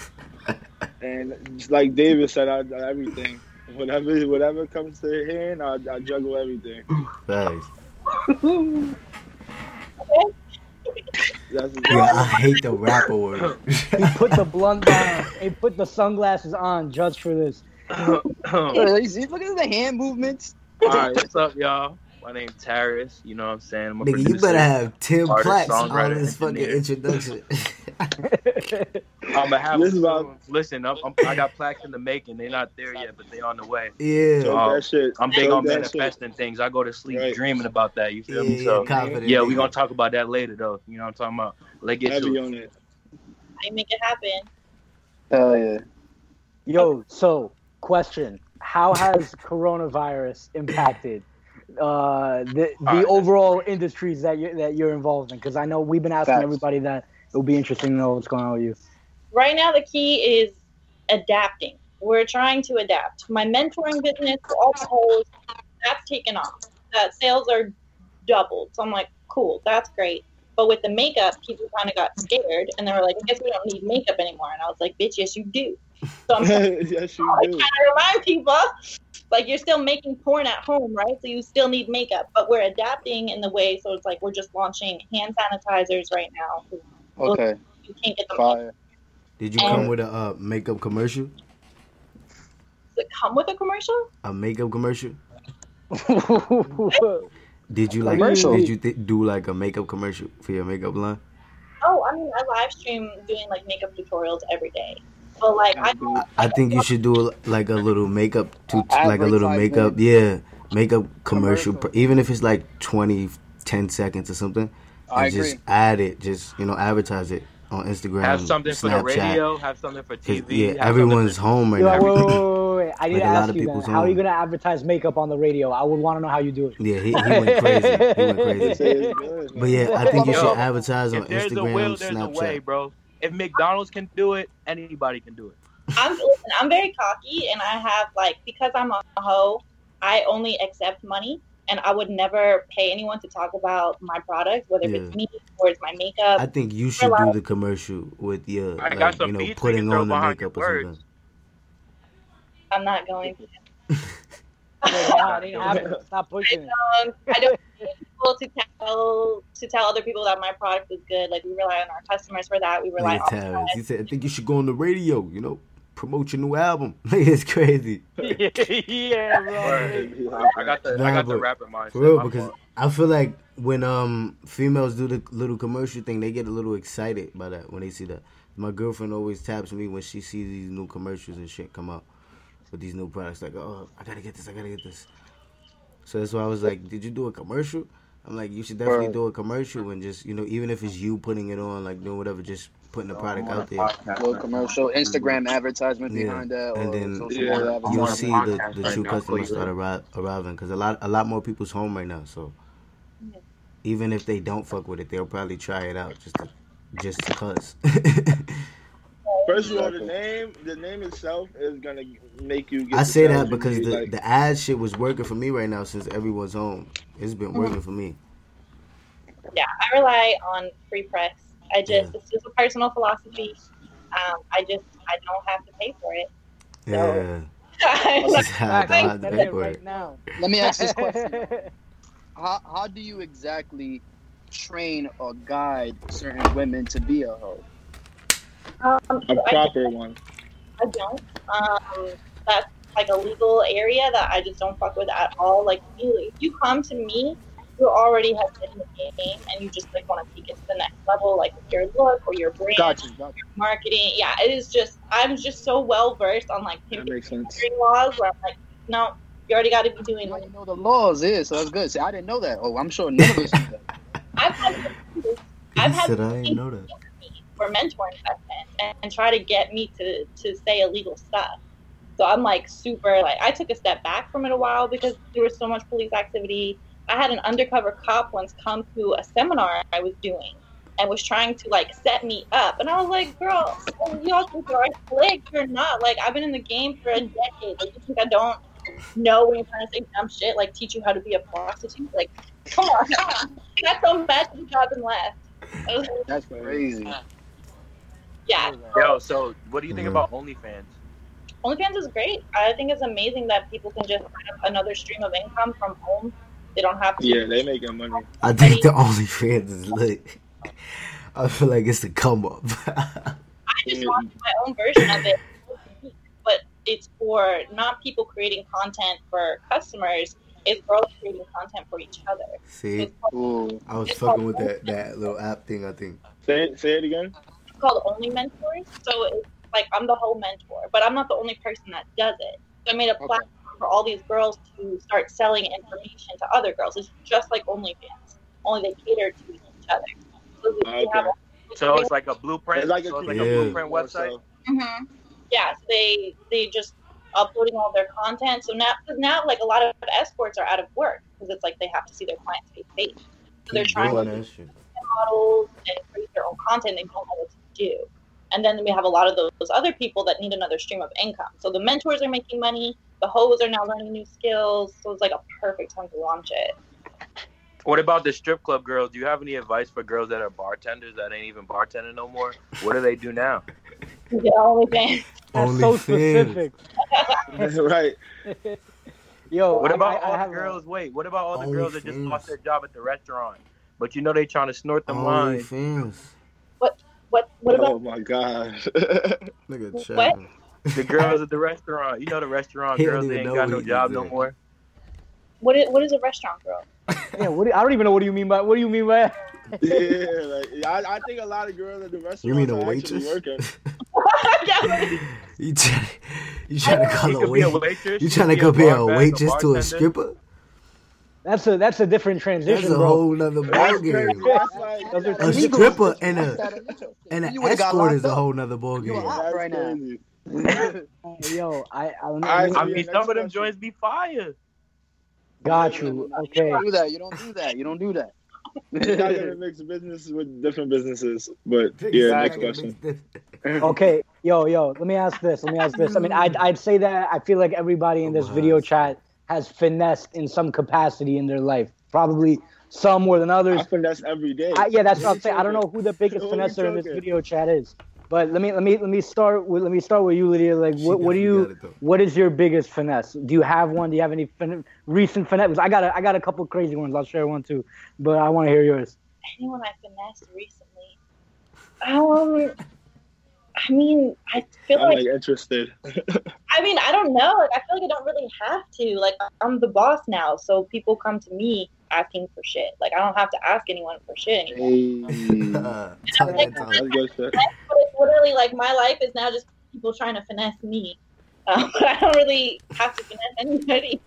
Speaker 3: and just like David said, I, I everything. Whatever, whatever comes to hand, I, I juggle everything.
Speaker 4: Thanks.
Speaker 3: That's
Speaker 4: Yeah, I hate the rapper word.
Speaker 5: He put the blunt down. He put the sunglasses on just for this.
Speaker 8: All
Speaker 6: Yeah, you see- Look at the hand movements.
Speaker 8: right, what's up, y'all? My name's Taris. You know what I'm saying? I'm
Speaker 4: <laughs>
Speaker 8: a
Speaker 4: Nigga, you
Speaker 8: producer.
Speaker 4: better have ten
Speaker 8: artist,
Speaker 4: plaques on
Speaker 8: songwriter,
Speaker 4: this fucking
Speaker 8: engineer. <laughs>
Speaker 4: introduction. <laughs>
Speaker 8: I'm gonna have
Speaker 3: This is why-
Speaker 8: Listen, I'm, I'm, I got plaques in the making. They're not there yet, but they on the way.
Speaker 4: yeah.
Speaker 8: Um,
Speaker 3: Talk that shit.
Speaker 8: I'm big
Speaker 3: Talk
Speaker 8: on
Speaker 3: that
Speaker 8: manifesting things. I go to sleep
Speaker 3: Right.
Speaker 8: dreaming about that. You
Speaker 4: Yeah,
Speaker 8: feel me? So
Speaker 4: yeah, confident.
Speaker 8: yeah, we
Speaker 4: nigga.
Speaker 8: gonna talk about that later though. You know what I'm talking about? Let's
Speaker 3: shit.
Speaker 8: get to
Speaker 3: Heavy
Speaker 8: it.
Speaker 3: on it. <laughs>
Speaker 7: I make it happen.
Speaker 6: Hell yeah.
Speaker 5: <laughs> Yo, so question: How has coronavirus impacted uh, the the
Speaker 8: right.
Speaker 5: overall industries that you that you're involved in? Because I know we've been asking
Speaker 6: Facts.
Speaker 5: everybody that. It'll be interesting to know what's going on with you. <laughs>
Speaker 7: right now the key is adapting. We're trying to adapt. My mentoring business, all the holes, that's taken off. That sales are doubled. So I'm like, cool, that's great. But with the makeup, people kind of got scared, and they were like, I guess we don't need makeup anymore. And I was like, bitch, yes you do. So
Speaker 3: <laughs>
Speaker 7: I'm trying
Speaker 3: yes, you do.
Speaker 7: to remind people, like you're still making porn at home, right? So you still need makeup, but we're adapting in the way. So it's like we're just launching hand sanitizers right now.
Speaker 6: Okay.
Speaker 7: You can't get them
Speaker 6: Fire.
Speaker 4: Did you come
Speaker 7: Um,
Speaker 4: with a uh, makeup commercial?
Speaker 7: Does it come with a commercial.
Speaker 4: A makeup commercial? Did you like?
Speaker 6: Commercial.
Speaker 4: Did you th- do like a makeup commercial for your makeup line?
Speaker 7: Oh, I mean, I live stream doing like makeup tutorials every day. But like, I
Speaker 4: I, I think you should do like a little makeup to like a little makeup.
Speaker 6: Advertisement.
Speaker 4: Yeah, makeup commercial.
Speaker 6: Commercial.
Speaker 4: Even if it's like 20, 10 seconds or something,
Speaker 6: I
Speaker 4: and
Speaker 6: agree.
Speaker 4: just add it. Just you know, advertise it on Instagram.
Speaker 8: Have something for the
Speaker 4: Snapchat.
Speaker 8: radio. Have something for
Speaker 4: 'Cause,
Speaker 8: TV.
Speaker 4: Yeah,
Speaker 8: have something
Speaker 4: everyone's
Speaker 8: for-
Speaker 4: home right
Speaker 5: Yo,
Speaker 4: now.
Speaker 5: wait, wait, wait, wait, wait. I need
Speaker 4: Like,
Speaker 5: to
Speaker 4: a lot
Speaker 5: ask
Speaker 4: of
Speaker 5: you that.
Speaker 4: people's
Speaker 5: How are you
Speaker 4: own.
Speaker 5: going to advertise makeup on the radio? I would want to know how you do it.
Speaker 4: <laughs>
Speaker 5: <laughs>
Speaker 4: Yeah, he, he went crazy. He went
Speaker 3: Say
Speaker 6: <laughs>
Speaker 4: crazy.
Speaker 3: it's good,
Speaker 4: But
Speaker 3: man.
Speaker 4: yeah, I think you
Speaker 8: Yo,
Speaker 4: should advertise on
Speaker 8: If there's
Speaker 4: Instagram,
Speaker 8: a will, there's
Speaker 4: Snapchat.
Speaker 8: a way, bro. If McDonald's can do it, anybody can do it.
Speaker 7: I'm listen, I'm very cocky, and I have like because I'm a hoe, I only accept money, and I would never pay anyone to talk about my product, whether
Speaker 4: Yeah.
Speaker 7: it's me or it's my makeup.
Speaker 4: I think you should do the commercial with your,
Speaker 8: I got
Speaker 4: like,
Speaker 8: some
Speaker 4: you know,
Speaker 8: beats we
Speaker 4: putting
Speaker 8: can throw
Speaker 4: on the
Speaker 8: behind
Speaker 4: makeup
Speaker 8: your
Speaker 4: or
Speaker 8: words.
Speaker 4: something.
Speaker 7: I'm not going. to.
Speaker 5: Like, nah, it ain't happening. Stop pushing it.
Speaker 7: Um,
Speaker 4: <laughs>
Speaker 7: I don't want people to tell to tell other people that my product is good. Like we rely on our customers for that. We rely
Speaker 4: Nigga
Speaker 7: on
Speaker 4: Terrence, he said, I think you should go on the radio, you know, promote your new album. <laughs> it's crazy.
Speaker 8: <laughs> yeah, bro. I got the I
Speaker 4: Nah,
Speaker 8: got the
Speaker 4: but
Speaker 8: rapper mindset.
Speaker 4: For real,
Speaker 8: my
Speaker 4: because
Speaker 8: fault.
Speaker 4: I feel like when um females do the little commercial thing, they get a little excited by that when they see that. My girlfriend always taps me when she sees these new commercials and shit come out with these new products. Like, oh, I gotta get this, I gotta get this. So that's why I was like, did you do a commercial? I'm like, you should definitely
Speaker 6: Right.
Speaker 4: do a commercial and just, you know, even if it's you putting it on, like doing whatever, just putting the product out there.
Speaker 6: Little commercial, Instagram advertisement
Speaker 4: Yeah.
Speaker 6: behind that, or
Speaker 4: And then-
Speaker 6: social
Speaker 3: Yeah.
Speaker 6: media
Speaker 8: I'm
Speaker 4: You'll
Speaker 8: on a
Speaker 6: advertisement.
Speaker 4: see the,
Speaker 8: podcast
Speaker 4: the
Speaker 8: right
Speaker 4: true
Speaker 8: now,
Speaker 4: customers
Speaker 8: clearly.
Speaker 4: start arri- arriving because a lot a lot more people's home right now. So even if they don't fuck with it, they'll probably try it out just to just <laughs> because.
Speaker 3: First of all, the name, the name itself is gonna make you. Get
Speaker 4: I
Speaker 3: the
Speaker 4: say that
Speaker 3: sounds you
Speaker 4: because
Speaker 3: need,
Speaker 4: the,
Speaker 3: like-
Speaker 4: the ad shit was working for me right now since everyone's home. It's been working for me.
Speaker 7: yeah, I rely on free press. I just it's just a personal philosophy. Um, I just I don't have to pay for it. <laughs>
Speaker 4: Yeah.
Speaker 7: I'm
Speaker 4: This
Speaker 7: like,
Speaker 4: is how I
Speaker 5: Facts.
Speaker 4: got the
Speaker 5: That's it
Speaker 4: paperwork.
Speaker 5: right now.
Speaker 6: Let me ask this question. how, how do you exactly train or guide certain women to be a hoe?
Speaker 7: um, so
Speaker 3: a
Speaker 7: I,
Speaker 3: proper one.
Speaker 7: I don't. Um, that's like a legal area that I just don't fuck with at all. Like you, if you come to me, you already have been in the game, and you just like want to take it to the next level, like with your look or your brand,
Speaker 6: Gotcha, gotcha.
Speaker 7: marketing. Yeah, it is just I'm just so well versed on like
Speaker 3: That
Speaker 7: pimping
Speaker 3: makes sense.
Speaker 7: laws where I'm like, no, you already got to be
Speaker 6: You
Speaker 7: doing
Speaker 6: know,
Speaker 7: like
Speaker 6: you know the laws is so that's good. See, I didn't know that. Oh, I'm sure none of us knew
Speaker 5: <laughs>
Speaker 6: that.
Speaker 7: I've
Speaker 3: <laughs>
Speaker 7: had
Speaker 4: He
Speaker 7: I've had
Speaker 4: said I didn't know that.
Speaker 7: for mentoring sessions and, and try to get me to to say illegal stuff. So I'm like super like I took a step back from it a while because there was so much police activity. I had an undercover cop once come to a seminar I was doing and was trying to like set me up and I was like, Girl, y'all think you're slick, you're not. Like I've been in the game for a decade. Like you think I don't know when you're trying to say dumb shit, like teach you how to be a prostitute? Like, come on, come on. <laughs> That's so mad at the job and left. I was like,
Speaker 6: That's crazy.
Speaker 7: yeah,
Speaker 8: Yo, so what do you think
Speaker 4: Mhm.
Speaker 8: about OnlyFans?
Speaker 7: OnlyFans is great. I think it's amazing that people can just have another stream of income from home. They don't have to.
Speaker 3: Yeah, they making money.
Speaker 4: I think the only fans is lit. I feel like it's a come up. <laughs>
Speaker 7: I just wanted my own version of it, but it's for not people creating content for customers. It's girls creating content for each other.
Speaker 4: See,
Speaker 7: It's called,
Speaker 6: Ooh.
Speaker 4: I was fucking with that, that little app thing. I think.
Speaker 3: Say it, say it again.
Speaker 7: it's called Only Mentors. So it's like I'm the whole mentor, but I'm not the only person that does it. So I made a
Speaker 6: Okay.
Speaker 7: platform for all these girls to start selling information to other girls. It's just like OnlyFans, only they cater to each other. So we
Speaker 3: Okay.
Speaker 7: have a-
Speaker 8: So it's like a blueprint.
Speaker 3: It's like a-
Speaker 8: so it's like
Speaker 4: Yeah.
Speaker 8: a blueprint website.
Speaker 3: So,
Speaker 7: Mm-hmm. Yeah, so they they just uploading all their content. So now 'cause now like a lot of escorts are out of work because it's like they have to see their clients face to face. So they're
Speaker 4: Keep
Speaker 7: trying
Speaker 4: doing
Speaker 7: to
Speaker 4: that eh? shit.
Speaker 7: models and create their own content. They don't know what to do. And then we have a lot of those, those other people that need another stream of income. So the mentors are making money. The hoes are now learning new skills. So it's like a perfect time to launch it.
Speaker 8: What about the strip club girls? Do you have any advice for girls that are bartenders that ain't even bartending no more? What do they do now?
Speaker 7: The only thing.
Speaker 5: That's
Speaker 4: Only
Speaker 5: so
Speaker 4: fans.
Speaker 3: <laughs>
Speaker 5: specific.
Speaker 3: right.
Speaker 5: Yo,
Speaker 8: What
Speaker 5: Oh, I-
Speaker 8: about
Speaker 5: I- I
Speaker 8: all
Speaker 5: have
Speaker 8: the
Speaker 5: a-
Speaker 8: girls? Wait, what about all the
Speaker 4: Only
Speaker 8: girls that just
Speaker 4: fans.
Speaker 8: lost their job at the restaurant? But you know they trying to snort them
Speaker 4: Only
Speaker 8: lines.
Speaker 4: fans.
Speaker 7: What what about
Speaker 3: Oh my god. <laughs>
Speaker 4: Nigga,
Speaker 7: What?
Speaker 4: chat.
Speaker 8: The <laughs> girls at the restaurant. You know the restaurant
Speaker 4: He don't
Speaker 8: girls they
Speaker 4: even
Speaker 8: ain't
Speaker 4: know
Speaker 8: got
Speaker 4: what
Speaker 8: no
Speaker 4: he
Speaker 8: job
Speaker 4: did
Speaker 8: no
Speaker 4: there.
Speaker 8: more.
Speaker 7: what is, what is a restaurant girl? <laughs>
Speaker 5: Yeah, what do, I don't even know what do you mean by what do you mean by
Speaker 3: yeah, like I, I think a lot of girls at the restaurant.
Speaker 4: You mean a
Speaker 3: are actually
Speaker 4: waitress? <laughs>
Speaker 3: Working.
Speaker 4: You try, you trying
Speaker 8: <laughs>
Speaker 4: to
Speaker 8: She
Speaker 4: call a
Speaker 8: could be a
Speaker 4: waitress?
Speaker 8: waitress.
Speaker 4: You
Speaker 8: she
Speaker 4: trying to
Speaker 8: could
Speaker 4: compare a
Speaker 8: barback,
Speaker 4: waitress to a
Speaker 8: bartender.
Speaker 4: stripper?
Speaker 5: That's a that's a different
Speaker 4: That's
Speaker 5: transition,
Speaker 4: a
Speaker 5: bro.
Speaker 4: whole nother
Speaker 3: That's crazy.
Speaker 4: ballgame.
Speaker 3: That's like
Speaker 5: Those are
Speaker 4: A
Speaker 5: two-
Speaker 4: stripper and a and
Speaker 6: You
Speaker 4: an
Speaker 6: would've got
Speaker 4: escort is a
Speaker 6: locked up.
Speaker 4: whole nother
Speaker 6: You
Speaker 4: ballgame.
Speaker 6: a
Speaker 3: that's
Speaker 6: right now.
Speaker 3: crazy.
Speaker 5: Yo, I I don't know.
Speaker 3: I-
Speaker 8: I
Speaker 3: Yeah,
Speaker 8: mean,
Speaker 3: next
Speaker 8: some of them
Speaker 3: question.
Speaker 8: joints be fire.
Speaker 5: got you. Okay.
Speaker 6: You don't do that. You don't do that. You don't do that.
Speaker 3: You're not gonna mix business with different businesses, but yeah. Next
Speaker 4: <laughs>
Speaker 3: question.
Speaker 5: Okay. Yo, yo. Let me ask this. Let me ask this. I mean, I'd I'd say that I feel like everybody in this video chat has finessed in some capacity in their life. Probably some more than
Speaker 3: I
Speaker 5: others.
Speaker 3: finesse every day.
Speaker 5: I, yeah, that's what I'm saying. I don't know who the biggest
Speaker 3: Only
Speaker 5: finesser in this
Speaker 3: joking.
Speaker 5: video chat is, but let me let me let me start with let me start with you, Lydia. Like,
Speaker 4: She
Speaker 5: what what do
Speaker 4: definitely
Speaker 5: you
Speaker 4: got it,
Speaker 5: <laughs>
Speaker 4: though.
Speaker 5: what is your biggest finesse? Do you have one? Do you have any fin- recent finesses? I got a, I got a couple crazy ones. I'll share one too, but I want to hear yours.
Speaker 7: anyone I finessed recently. Um, I mean, I feel
Speaker 3: I'm
Speaker 7: like,
Speaker 3: like interested.
Speaker 7: I mean, I don't know. Like, I feel like I don't really have to. Like, I'm the boss now, so people come to me asking for shit. Like, I don't have to ask anyone for shit anymore.
Speaker 3: Hey.
Speaker 4: Uh, talk that talk.
Speaker 3: That's good shit.
Speaker 7: But it's literally like my life is now just people trying to finesse me. <laughs> Um, but I don't really have to finesse anybody.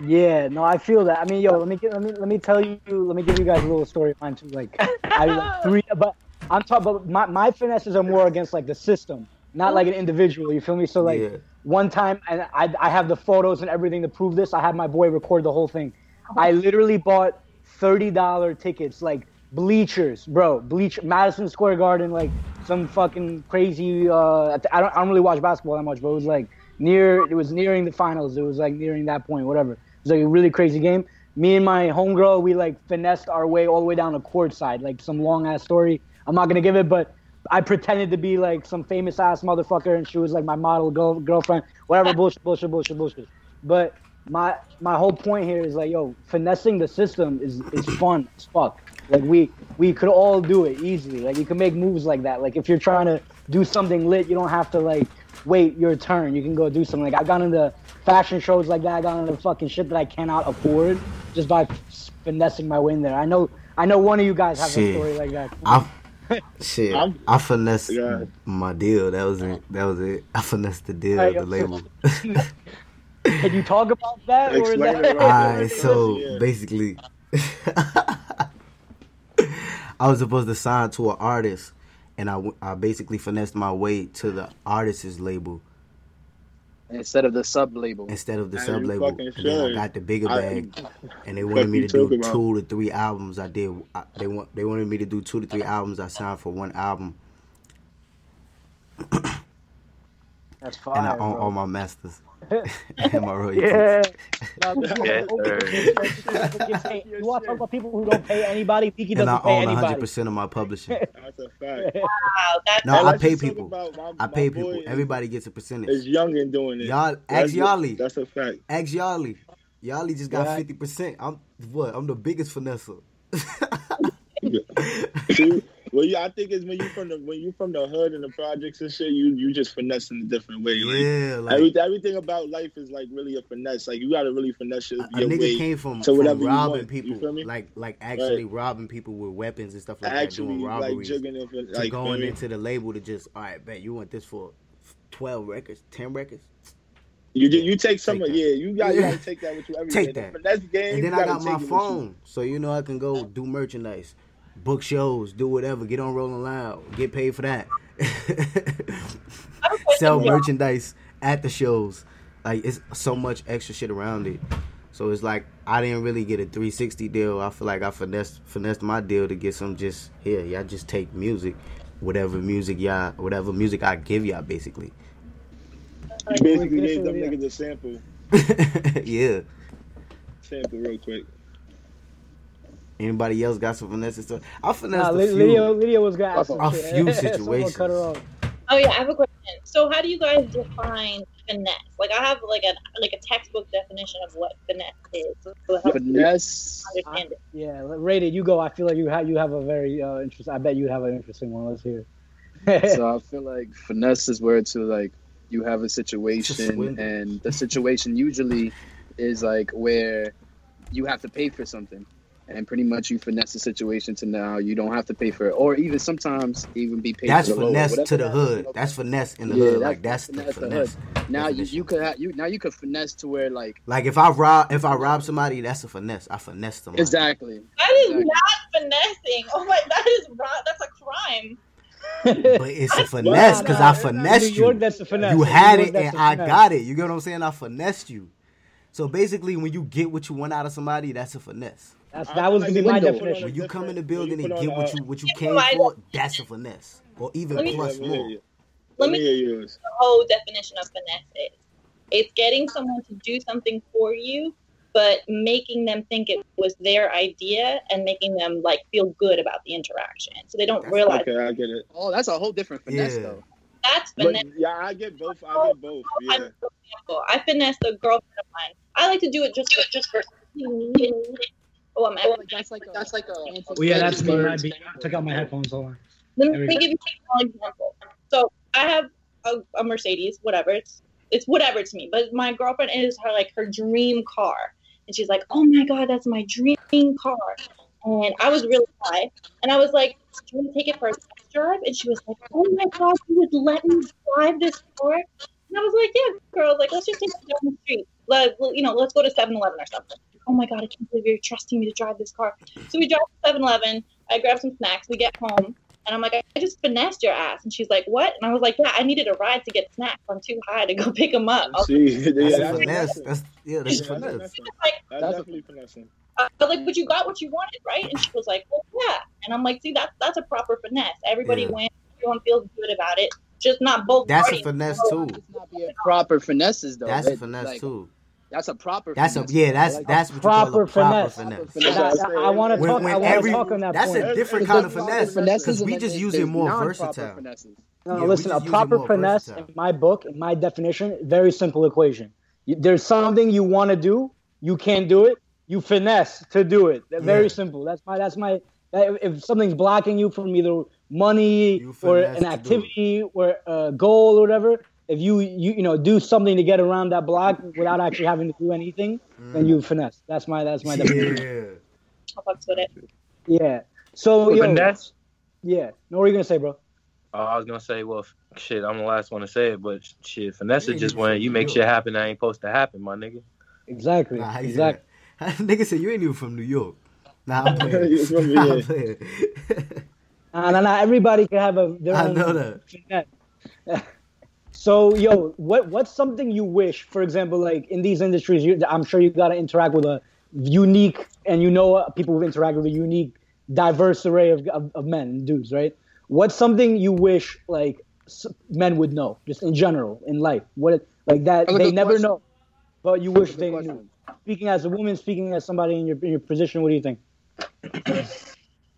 Speaker 5: Yeah, no, I feel that. I mean, yo, let me get, let me let me tell you, let me give you guys a little story of mine too. Like, I <laughs> like three, but I'm talking about my my finesses are more against like the system, not like an individual. You feel me? So like.
Speaker 4: Yeah.
Speaker 5: one time, and I, I have the photos and everything to prove this. I had my boy record the whole thing. I literally bought thirty dollar tickets, like bleachers, bro. Bleach Madison Square Garden, like some fucking crazy. Uh, I th- I don't, I don't really watch basketball that much, but it was like near. It was nearing the finals. It was like nearing that point, whatever. It was like a really crazy game. Me and my homegirl, we like finessed our way all the way down to courtside, like some long ass story. I'm not gonna give it, but I pretended to be like some famous ass motherfucker, and she was like my model girl, girlfriend, whatever bullshit, bullshit, bullshit, bullshit. But my my whole point here is like, yo, finessing the system is is fun as fuck. Like we we could all do it easily. Like you can make moves like that. Like if you're trying to do something lit, you don't have to like wait your turn. You can go do something. Like I got into fashion shows like that. I got into fucking shit that I cannot afford just by finessing my way in there. I know I know one of you guys have
Speaker 4: Shit.
Speaker 5: a story like that.
Speaker 4: I shit. i
Speaker 3: I'm-
Speaker 4: finessed
Speaker 3: Yeah.
Speaker 4: my deal. That was it. That was it. I finessed the deal.
Speaker 5: Alright,
Speaker 4: the
Speaker 5: yo,
Speaker 4: label.
Speaker 7: <laughs>
Speaker 5: Can you talk about that? Or is
Speaker 3: Explain
Speaker 5: that
Speaker 3: it. <laughs>
Speaker 4: Alright, so
Speaker 3: Yeah.
Speaker 4: basically, <laughs> I was supposed to sign to an artist, and I, w- I basically finessed my way to the artist's label
Speaker 6: instead of the sub label.
Speaker 4: instead of the
Speaker 3: Hey, you
Speaker 4: sub label.
Speaker 3: fucking
Speaker 4: And then I
Speaker 3: should.
Speaker 4: got the bigger
Speaker 3: I-
Speaker 4: bag, and they wanted me
Speaker 3: you
Speaker 4: to do
Speaker 3: talking about?
Speaker 4: two to three albums. I did. I, they want they wanted me to do two to three albums. I signed for one album,
Speaker 5: That's <laughs>
Speaker 4: and I
Speaker 5: fire,
Speaker 4: own
Speaker 5: bro.
Speaker 4: all
Speaker 3: <laughs>
Speaker 4: my masters <laughs> and my royalties.
Speaker 5: Yeah. Now, people who
Speaker 8: Yes,
Speaker 5: don't
Speaker 8: sir.
Speaker 5: <laughs> pay- You want to talk about people who don't pay anybody? Tiki
Speaker 4: And
Speaker 5: doesn't
Speaker 4: I
Speaker 5: pay
Speaker 4: own 100
Speaker 5: <laughs> anybody.
Speaker 4: percent of my publishing.
Speaker 3: <laughs> That's a fact.
Speaker 7: Wow, that's
Speaker 4: No, I
Speaker 3: let's
Speaker 4: pay
Speaker 3: just talk
Speaker 4: people.
Speaker 3: about my-
Speaker 4: I
Speaker 3: my
Speaker 4: pay
Speaker 3: boy
Speaker 4: people.
Speaker 3: is-
Speaker 4: Everybody gets a
Speaker 3: It's
Speaker 4: percentage.
Speaker 3: young and doing it.
Speaker 4: Y'all, ask
Speaker 3: That's-
Speaker 4: Yali.
Speaker 3: That's a fact.
Speaker 4: Ask Yali. Yali just got
Speaker 5: Right.
Speaker 4: fifty percent. I'm what? I'm the biggest finesser.
Speaker 3: See, well, yeah, I think it's when you from the when you from the hood and the projects and shit, you you just finesse in a different way. Like,
Speaker 4: yeah, like
Speaker 3: everything, everything about life is like really a finesse. Like you got to really finesse your,
Speaker 4: a
Speaker 3: your
Speaker 4: nigga
Speaker 3: way
Speaker 4: came from,
Speaker 3: to
Speaker 4: from
Speaker 3: whatever you
Speaker 4: robbing
Speaker 3: want. You
Speaker 4: people,
Speaker 3: feel me?
Speaker 4: like like actually robbing people with weapons and stuff like
Speaker 3: actually
Speaker 4: that, doing
Speaker 3: like
Speaker 4: robberies,
Speaker 3: jigging it for
Speaker 4: to
Speaker 3: like feel
Speaker 4: going
Speaker 3: me?
Speaker 4: into the label to just all right, bet you want this for twelve records, ten records.
Speaker 3: you ju- you take some
Speaker 4: Take
Speaker 3: of
Speaker 4: that.
Speaker 3: yeah you got
Speaker 4: Yeah. <laughs>
Speaker 3: to take that with you everywhere.
Speaker 4: Take that.
Speaker 3: finesse game.
Speaker 4: And then
Speaker 3: you
Speaker 4: I
Speaker 3: gotta
Speaker 4: got my
Speaker 3: take it with you.
Speaker 4: phone, so you know I can go do merchandise, book shows, do whatever, get on Rolling Loud, get paid for that, <laughs> sell merchandise at the shows. Like it's so much extra shit around it. So it's like I didn't really get a 360 deal. I feel like I finessed finessed my deal to get some just here. Y'all just take music, whatever music y'all, whatever music I give y'all, basically. <laughs>
Speaker 3: You basically
Speaker 5: Yeah.
Speaker 3: gave them niggas a sample,
Speaker 4: yeah.
Speaker 3: sample real quick.
Speaker 4: Anybody else got some finesse stuff? I finessed
Speaker 5: Nah,
Speaker 4: a
Speaker 5: Li-
Speaker 4: few.
Speaker 5: Lydia, Lydia was gonna ask some
Speaker 4: A
Speaker 5: shit.
Speaker 4: few
Speaker 5: <laughs> Someone cut her
Speaker 4: situations.
Speaker 5: off.
Speaker 7: Oh yeah, I have a question. So how do you guys define finesse? Like I have like a like a textbook definition of what finesse is. So that helps me
Speaker 6: Finesse.
Speaker 7: understand it.
Speaker 5: Yeah, rated. You go. I feel like you have you have a very uh, interesting. I bet you have an interesting one. Let's hear. it. <laughs>
Speaker 6: so I feel like finesse is where to like you have a situation
Speaker 4: swindle.
Speaker 6: and the situation usually is like where you have to pay for something and pretty much you finesse the situation to now you don't have to pay for it or even sometimes even be paid
Speaker 4: That's
Speaker 6: for the
Speaker 4: finesse
Speaker 6: lower,
Speaker 4: to the hood. That's finesse in the
Speaker 6: Yeah,
Speaker 4: hood.
Speaker 6: that's-
Speaker 4: Like that's the
Speaker 6: that's the
Speaker 4: finesse.
Speaker 6: now you,
Speaker 4: definition.
Speaker 6: you could have you now you could finesse to where like
Speaker 4: Like if I rob if I rob somebody, that's a finesse. I finesse somebody.
Speaker 6: exactly
Speaker 7: That is
Speaker 6: Exactly.
Speaker 7: not finessing. Oh my, that is wrong. That's a crime.
Speaker 4: But it's a finesse because I finessed
Speaker 5: New York,
Speaker 4: you.
Speaker 5: that's the finesse.
Speaker 4: You
Speaker 5: In
Speaker 4: had
Speaker 5: New
Speaker 4: it
Speaker 5: York, that's
Speaker 4: and
Speaker 5: the
Speaker 4: I
Speaker 5: finesse.
Speaker 4: got it. You get what I'm saying? I finessed you. So basically, when you get what you want out of somebody, that's a finesse.
Speaker 5: That's, that was
Speaker 3: I
Speaker 5: gonna
Speaker 3: feel
Speaker 5: be
Speaker 3: like
Speaker 5: my
Speaker 3: window.
Speaker 5: definition.
Speaker 4: When you come in the
Speaker 3: Different. When you
Speaker 4: building and
Speaker 3: put on
Speaker 4: get what
Speaker 3: a-
Speaker 4: you what you
Speaker 7: Yeah,
Speaker 4: came
Speaker 7: like-
Speaker 4: for, that's a finesse, or even
Speaker 7: Let me-
Speaker 4: plus
Speaker 3: Let me hear
Speaker 4: more.
Speaker 3: you.
Speaker 7: Let
Speaker 3: Let me
Speaker 7: me-
Speaker 3: hear yours.
Speaker 7: The whole definition of finesse is it's getting someone to do something for you, but making them think it was their idea and making them like feel good about the interaction, so they don't
Speaker 4: That's
Speaker 7: realize
Speaker 3: Okay, I get it.
Speaker 6: oh that's a whole different finesse
Speaker 4: Yeah.
Speaker 6: though
Speaker 7: that's
Speaker 3: But
Speaker 7: finesse.
Speaker 3: yeah, I get both. I get both.
Speaker 7: I,
Speaker 3: Yeah.
Speaker 7: for example, I finessed a girlfriend of mine. I like to do it just just <laughs> for. Oh, I'm
Speaker 6: Oh, like, that's like a, that's like a
Speaker 9: Well, yeah, that's me. Might be. I took out my headphones. Hold on.
Speaker 7: Let
Speaker 9: There we
Speaker 7: me
Speaker 9: go.
Speaker 7: give you an example. So I have a, a Mercedes, whatever. It's it's whatever to me. But my girlfriend it is her like her dream car, and she's like, "Oh my god, that's my dream car." And I was really high, and I was like, "Do you want to take it for a test drive?" And she was like, "Oh my god, you would let me drive this car?" And I was like, "Yeah, girl. Like, let's just take it down the street. Let you know, let's go to 7-Eleven or something." Oh my god, I can't believe you're trusting me to drive this car. So we drive to 7-Eleven. I grab some snacks. We get home. And I'm like, I just finessed your ass. And she's like, what? And I was like, yeah, I needed a ride to get snacks. I'm too high to go <laughs> pick them up. I was
Speaker 3: See, <laughs> yeah,
Speaker 4: That's a
Speaker 3: that's-
Speaker 4: finesse. That's yeah. That's a
Speaker 3: Yeah, that's
Speaker 4: finesse.
Speaker 3: finessing.
Speaker 7: like, Uh,
Speaker 3: That's definitely finessing.
Speaker 7: I was like, but you got what you wanted, right? And she was like, well, yeah. And I'm like, see, that's that's a proper finesse. Everybody
Speaker 4: Yeah.
Speaker 7: wins. Everyone feels good about it. Just not both.
Speaker 4: That's a
Speaker 7: parties.
Speaker 4: finesse too.
Speaker 6: Proper finesses though.
Speaker 4: That's a
Speaker 6: It-
Speaker 4: finesse
Speaker 6: like,
Speaker 4: too.
Speaker 6: That's a proper.
Speaker 4: That's a
Speaker 6: finesse.
Speaker 4: yeah. That's
Speaker 6: Like,
Speaker 4: that's what you call
Speaker 5: proper
Speaker 4: a proper
Speaker 5: finesse.
Speaker 4: finesse.
Speaker 5: And I, want to
Speaker 4: When-
Speaker 5: talk.
Speaker 4: when
Speaker 5: I want
Speaker 4: every-
Speaker 5: to talk on that
Speaker 4: that's
Speaker 5: point.
Speaker 4: a
Speaker 6: there's
Speaker 4: different kind of
Speaker 6: proper
Speaker 4: finesse
Speaker 6: finesses
Speaker 4: because we
Speaker 6: and
Speaker 4: just
Speaker 6: then
Speaker 4: use it
Speaker 6: there's
Speaker 4: more
Speaker 6: non-proper
Speaker 4: versatile.
Speaker 6: finesses.
Speaker 5: No,
Speaker 4: Yeah, we
Speaker 5: listen.
Speaker 4: just
Speaker 5: A
Speaker 4: use it
Speaker 5: proper
Speaker 4: more
Speaker 5: finesse, in
Speaker 4: versatile.
Speaker 5: my book, in my definition, very simple equation. You- There's something you want to do, you can't do it. You finesse to do it. They're Very
Speaker 4: Yeah.
Speaker 5: simple. That's my. That's my. that- if- if something's blocking you from either money
Speaker 4: You
Speaker 5: or
Speaker 4: finesse to
Speaker 5: an
Speaker 4: do it.
Speaker 5: activity or a goal or whatever, if you you you know do something to get around that block without actually having to do anything, then you finesse. That's my. That's my
Speaker 4: <laughs>
Speaker 5: definition.
Speaker 4: Mm. Yeah.
Speaker 7: I fucks with it.
Speaker 5: Yeah. So yo,
Speaker 8: Finesse.
Speaker 5: yeah. No, what are you gonna say, bro?
Speaker 8: Oh, I was gonna say, well, f- shit, I'm the last one to say it, but shit, finesse
Speaker 4: You ain't
Speaker 8: is just
Speaker 4: even
Speaker 8: when
Speaker 4: from
Speaker 8: you
Speaker 4: New
Speaker 8: make
Speaker 4: York.
Speaker 8: shit happen that ain't supposed to happen, my nigga.
Speaker 5: Exactly.
Speaker 4: Nah, how you say
Speaker 5: exactly.
Speaker 4: that? <laughs> Nigga said you ain't even from New York. Nah,
Speaker 5: <laughs>
Speaker 4: I'm
Speaker 3: He's from
Speaker 4: playing.
Speaker 3: New
Speaker 4: <laughs> I'm
Speaker 3: York.
Speaker 4: playing.
Speaker 5: Nah, nah, nah. Everybody can have a
Speaker 4: <laughs>
Speaker 5: their
Speaker 4: I
Speaker 5: own
Speaker 4: know that.
Speaker 5: finesse. <laughs> so, yo, what what's something you wish, for example, like in these industries, you, I'm sure you got to interact with a unique, and you know uh, people who interact with a unique, diverse array of, of, of men and dudes, right? What's something you wish like s- men would know, just in general in life? What like that
Speaker 6: That's a
Speaker 5: they
Speaker 6: good
Speaker 5: never
Speaker 6: question.
Speaker 5: know, but you wish
Speaker 6: Good
Speaker 5: they
Speaker 6: question.
Speaker 5: knew. Speaking as a woman, speaking as somebody in your in your position, what do you think?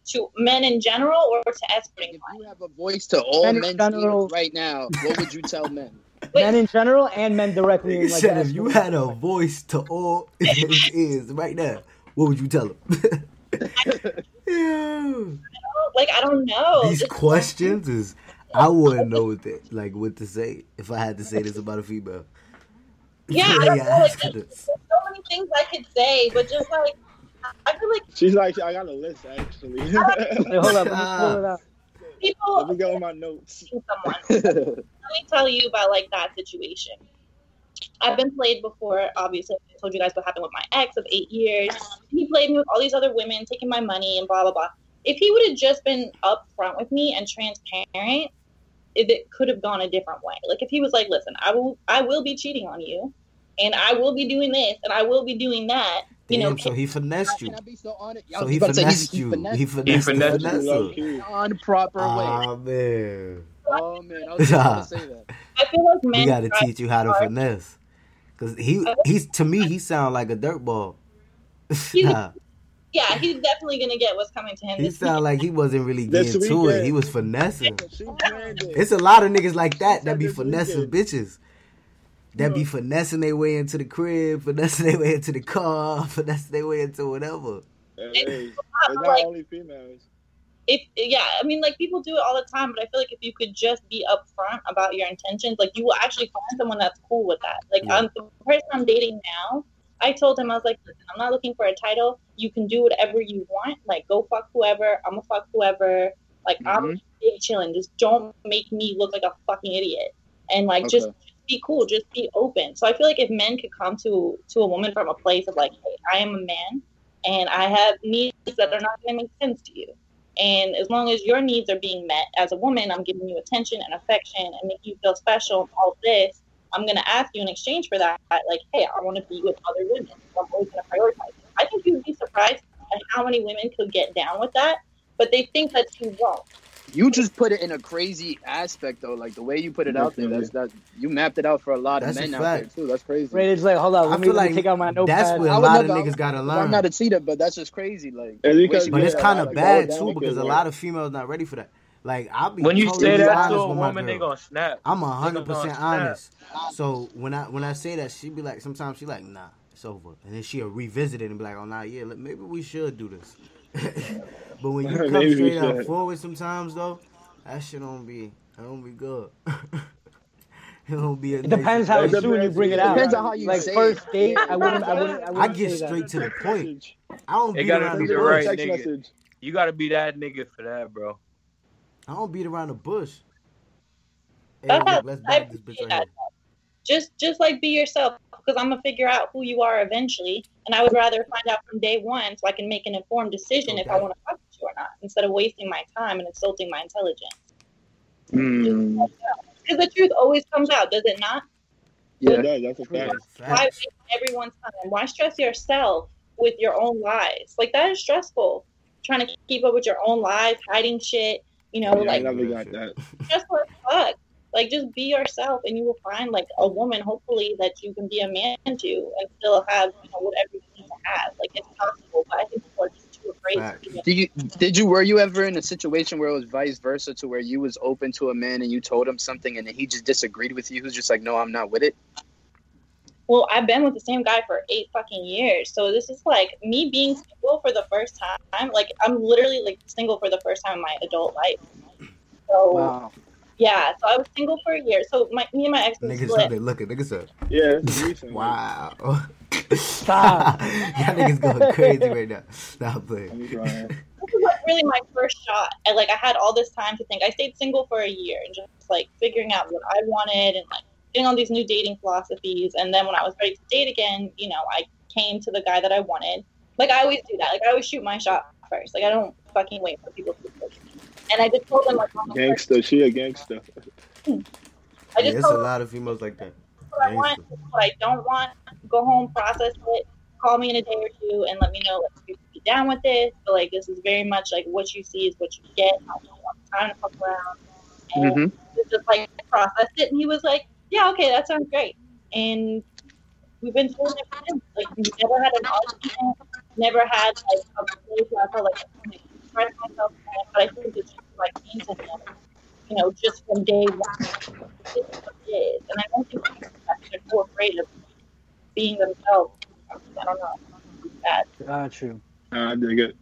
Speaker 7: To men in general or to escorting
Speaker 6: If
Speaker 7: clients?
Speaker 6: you have a voice to all
Speaker 5: Men in
Speaker 6: men's
Speaker 5: general-
Speaker 6: ears right now, what would you tell
Speaker 4: <laughs>
Speaker 6: men?
Speaker 5: men in general and men directly. in,
Speaker 4: Nigga
Speaker 5: like,
Speaker 4: said
Speaker 5: that
Speaker 4: if you
Speaker 5: school.
Speaker 4: had a voice to all <laughs> his ears right now, what would you tell
Speaker 5: <laughs>
Speaker 4: him? <laughs> Yo,
Speaker 7: Like I don't know.
Speaker 4: These
Speaker 7: Just-
Speaker 4: questions is I wouldn't know what to, like what to say if I had to say this about a female.
Speaker 7: Yeah, I
Speaker 4: <laughs> Really
Speaker 7: don't know. Like,
Speaker 4: asking
Speaker 7: there's
Speaker 4: this.
Speaker 7: so many things I could say, but just like I feel like
Speaker 3: She's like, I got a list actually. <laughs>
Speaker 5: Wait, hold up, let me pull it
Speaker 6: <laughs>
Speaker 5: up.
Speaker 3: Let me
Speaker 7: people
Speaker 3: go with my notes.
Speaker 7: seeing someone. Let me tell you about like that situation. I've been played before. Obviously, I told you guys what happened with my ex of eight years. He played me with all these other women, taking my money and blah blah blah. If he would have just been upfront with me and transparent, it, it could have gone a different way. Like if he was like, "Listen, I will, I will be cheating on you, and I will be doing this, and I will be doing that," you
Speaker 4: Damn,
Speaker 7: know,
Speaker 4: so he finessed you.
Speaker 6: Can I be so honest? I
Speaker 4: So
Speaker 6: was
Speaker 4: he
Speaker 6: about to say, he's-
Speaker 4: finessed you. He Ah.
Speaker 6: He finessed
Speaker 4: finessed the
Speaker 8: finessed you.
Speaker 4: finesse.
Speaker 3: Low-key.
Speaker 6: on proper way.
Speaker 4: Aw, man.
Speaker 6: Oh man, I was just about to say that.
Speaker 4: <laughs>
Speaker 7: I feel like
Speaker 4: We
Speaker 7: men.
Speaker 4: gotta
Speaker 7: try-
Speaker 4: teach you how to
Speaker 7: hard.
Speaker 4: finesse. Cause he he's to me he sound like a <laughs> dirtball.
Speaker 7: He's-
Speaker 4: nah,
Speaker 7: yeah, he's definitely gonna get what's coming to him.
Speaker 4: he
Speaker 7: this week.
Speaker 4: sound like he wasn't really
Speaker 3: This
Speaker 4: getting to it.
Speaker 3: weekend.
Speaker 4: He was finessing.
Speaker 3: She planned it.
Speaker 4: It's a lot of niggas like that that be
Speaker 3: This
Speaker 4: finessing
Speaker 3: weekend.
Speaker 4: bitches. That be finessing their way into the crib, finessing their way into the car, <laughs> finessing their way into whatever.
Speaker 3: Hey, it's not
Speaker 7: Like-
Speaker 3: only females.
Speaker 7: if yeah, I mean like people do it all the time, but I feel like if you could just be upfront about your intentions, like you will actually find someone that's cool with that. Like
Speaker 4: Yeah.
Speaker 7: I'm the person I'm dating now, I told him I was like, listen, I'm not looking for a title. You can do whatever you want. Like go fuck whoever. I'm gonna fuck whoever. Like I'm being chilling. Just don't make me look like a fucking idiot. And like just
Speaker 6: Okay.
Speaker 7: be cool. Just be open. So I feel like if men could come to to a woman from a place of like, hey, I am a man, and I have needs that are not gonna make sense to you. And as long as your needs are being met as a woman, I'm giving you attention and affection and make you feel special and all this. I'm gonna ask you in exchange for that, like, hey, I want to be with other women. I'm always gonna prioritize. You. I think you'd be surprised at how many women could get down with that, but they think that you won't.
Speaker 6: You just put it in a crazy aspect though, like the way you put it out there. That's that you mapped it out for a lot of
Speaker 4: That's a
Speaker 6: men out there
Speaker 4: fact.
Speaker 6: too. That's crazy.
Speaker 5: Right, it's like, hold on,
Speaker 4: I
Speaker 5: let me,
Speaker 4: feel
Speaker 5: let me
Speaker 4: like
Speaker 5: take out my notepad.
Speaker 4: that's where
Speaker 6: I
Speaker 4: a
Speaker 6: would
Speaker 4: lot of
Speaker 6: never-
Speaker 4: niggas gotta
Speaker 6: I'm not
Speaker 4: learn.
Speaker 6: a cheater, but that's just crazy. Like,
Speaker 3: And you guys-
Speaker 6: the
Speaker 4: But
Speaker 6: way she
Speaker 4: it's
Speaker 6: put it
Speaker 4: kind
Speaker 6: out,
Speaker 4: of
Speaker 6: like,
Speaker 4: bad
Speaker 6: oh,
Speaker 4: too
Speaker 6: damn,
Speaker 4: because a lot of females not ready for that. Like I'll be
Speaker 8: When you
Speaker 4: totally
Speaker 8: say that to
Speaker 4: honest
Speaker 8: a
Speaker 4: with my
Speaker 8: woman, they
Speaker 4: girl.
Speaker 8: gonna snap.
Speaker 4: I'm a
Speaker 8: They
Speaker 4: hundred
Speaker 8: gonna
Speaker 4: percent
Speaker 8: snap.
Speaker 4: honest. So when I when I say that, she be like, sometimes she like, nah, it's over, and then she'll revisit it and be like, oh nah, yeah, look, maybe we should do this. <laughs> but when
Speaker 8: <laughs>
Speaker 4: you
Speaker 3: Maybe
Speaker 4: come
Speaker 3: we
Speaker 4: straight up
Speaker 3: should.
Speaker 4: forward, sometimes though, that shit don't be, that don't be good. <laughs> it don't be. A
Speaker 5: It depends how
Speaker 3: It
Speaker 5: soon you
Speaker 3: depends-
Speaker 5: bring it
Speaker 3: it
Speaker 5: out.
Speaker 6: depends on how you
Speaker 5: like
Speaker 6: say
Speaker 5: first
Speaker 6: it.
Speaker 5: date, I wouldn't, I wouldn't, I wouldn't.
Speaker 4: I get
Speaker 5: say that.
Speaker 4: straight to the
Speaker 3: Text
Speaker 4: point.
Speaker 3: message.
Speaker 4: I don't
Speaker 8: It
Speaker 4: beat
Speaker 8: gotta
Speaker 4: around
Speaker 8: be
Speaker 3: Send
Speaker 4: the
Speaker 8: the
Speaker 3: her a
Speaker 4: bush.
Speaker 8: right
Speaker 3: text
Speaker 8: nigga.
Speaker 3: message.
Speaker 8: You gotta be that nigga for that, bro.
Speaker 4: I don't beat around the
Speaker 5: <laughs>
Speaker 4: bush. Hey,
Speaker 7: That's how
Speaker 4: look, let's
Speaker 7: I
Speaker 4: bag this bitch
Speaker 7: appreciate
Speaker 4: right here.
Speaker 7: that. Just, just like be yourself, because I'm gonna figure out who you are eventually, and I would rather find out from day one so I can make an informed decision if I
Speaker 4: Okay.
Speaker 7: want to fuck with you or not, instead of wasting my time and insulting my intelligence.
Speaker 6: Hmm.
Speaker 7: Because the truth always comes out, does it not?
Speaker 3: It
Speaker 8: <laughs>
Speaker 6: Yeah.
Speaker 3: does, that's a fact.
Speaker 7: Why
Speaker 4: Facts.
Speaker 7: waste everyone's time? Why stress yourself with your own lies? Like that is stressful. trying to keep up with your own life, hiding shit. You know,
Speaker 3: Yeah, I
Speaker 7: like
Speaker 3: never got that.
Speaker 7: just what the fuck. Like just be yourself, and you will find like a woman, hopefully that you can be a man to, and still have you know whatever you need to have. Like it's possible, but I think people are just too afraid.
Speaker 4: Facts.
Speaker 7: To be a
Speaker 6: Did you did you were you ever in a situation where it was vice versa to where you was open to a man and you told him something and then he just disagreed with you? Who's just like, no, I'm not with it.
Speaker 7: Well, I've been with the same guy for eight fucking years. So this is like me being single for the first time. Like I'm literally like single for the first time in my adult life. So yeah, so I was single for a year. So my me and my ex was
Speaker 4: Niggas
Speaker 7: split.
Speaker 4: up. Look at niggas up.
Speaker 3: Yeah, it's
Speaker 4: <laughs>
Speaker 3: recent.
Speaker 4: Wow. <laughs>
Speaker 5: Stop.
Speaker 4: Y'all niggas going crazy right now.
Speaker 3: <laughs>
Speaker 4: Stop
Speaker 3: I'm
Speaker 4: playing.
Speaker 3: crying.
Speaker 7: This was like really my first shot. And like I had all this time to think. I stayed single for a year and just like figuring out what I wanted and like getting all these new dating philosophies. And then when I was ready to date again, you know, I came to the guy that I wanted. Like I always do that. Like I always shoot my shot first. Like I don't fucking wait for people to approach me. And I just told him like on the first-
Speaker 3: Gangster, she a gangster.
Speaker 7: I
Speaker 4: Yeah,
Speaker 7: just
Speaker 4: it's a
Speaker 7: told him
Speaker 4: lot of females like that.
Speaker 7: what I want, what I don't want. Go home, process it. Call me in a day or two and let me know if you be down with this. But like this is very much like what you see is what you get. I don't want time to fuck around. And was just like processed it, and he was like, "Yeah, okay, that sounds great." And we've been doing it for him. Like we never had an argument, never had like a place where I felt like I couldn't express myself. But I think it's just like came to him, you know, just from day one. This is what it is, and I don't think people are so afraid of being themselves. I don't know. That
Speaker 5: Got you.
Speaker 3: Nah, I dig it.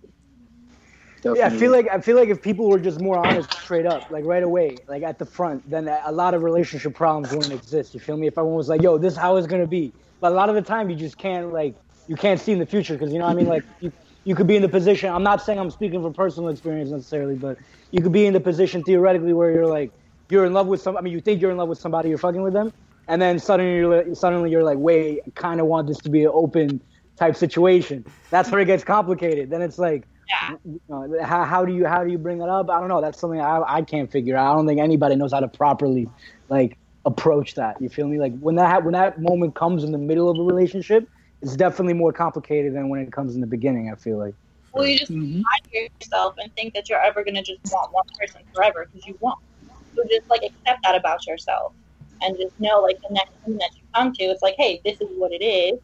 Speaker 5: Yeah, I feel like I feel like if people were just more honest, straight up, like right away, like at the front, then a a lot of relationship problems wouldn't exist. You feel me? If everyone was like, "Yo, this is how it's gonna be," but a lot of the time, you just can't like you can't see in the future because you know what I mean. Like you, you could be in the position. I'm not saying I'm speaking from personal experience necessarily, but you could be in the position theoretically where you're like you're in love with some. I mean, you think you're in love with somebody, you're fucking with them, and then suddenly you're li- suddenly you're like, "Wait, I kind of want this to be an open." type situation that's where it gets complicated then it's like
Speaker 7: yeah,
Speaker 5: uh, how, how do you how do you bring that up? I don't know. That's something I, I can't figure out. I don't think anybody knows how to properly like approach that. You feel me? Like when that ha- when that moment comes in the middle of a relationship, it's definitely more complicated than when it comes in the beginning. I feel like
Speaker 7: well, you just
Speaker 4: Mm-hmm.
Speaker 7: lie to yourself and think that you're ever going to just want one person forever because you won't. So just like accept that about yourself and just know like the next thing that you come to, it's like, hey, this is what it is.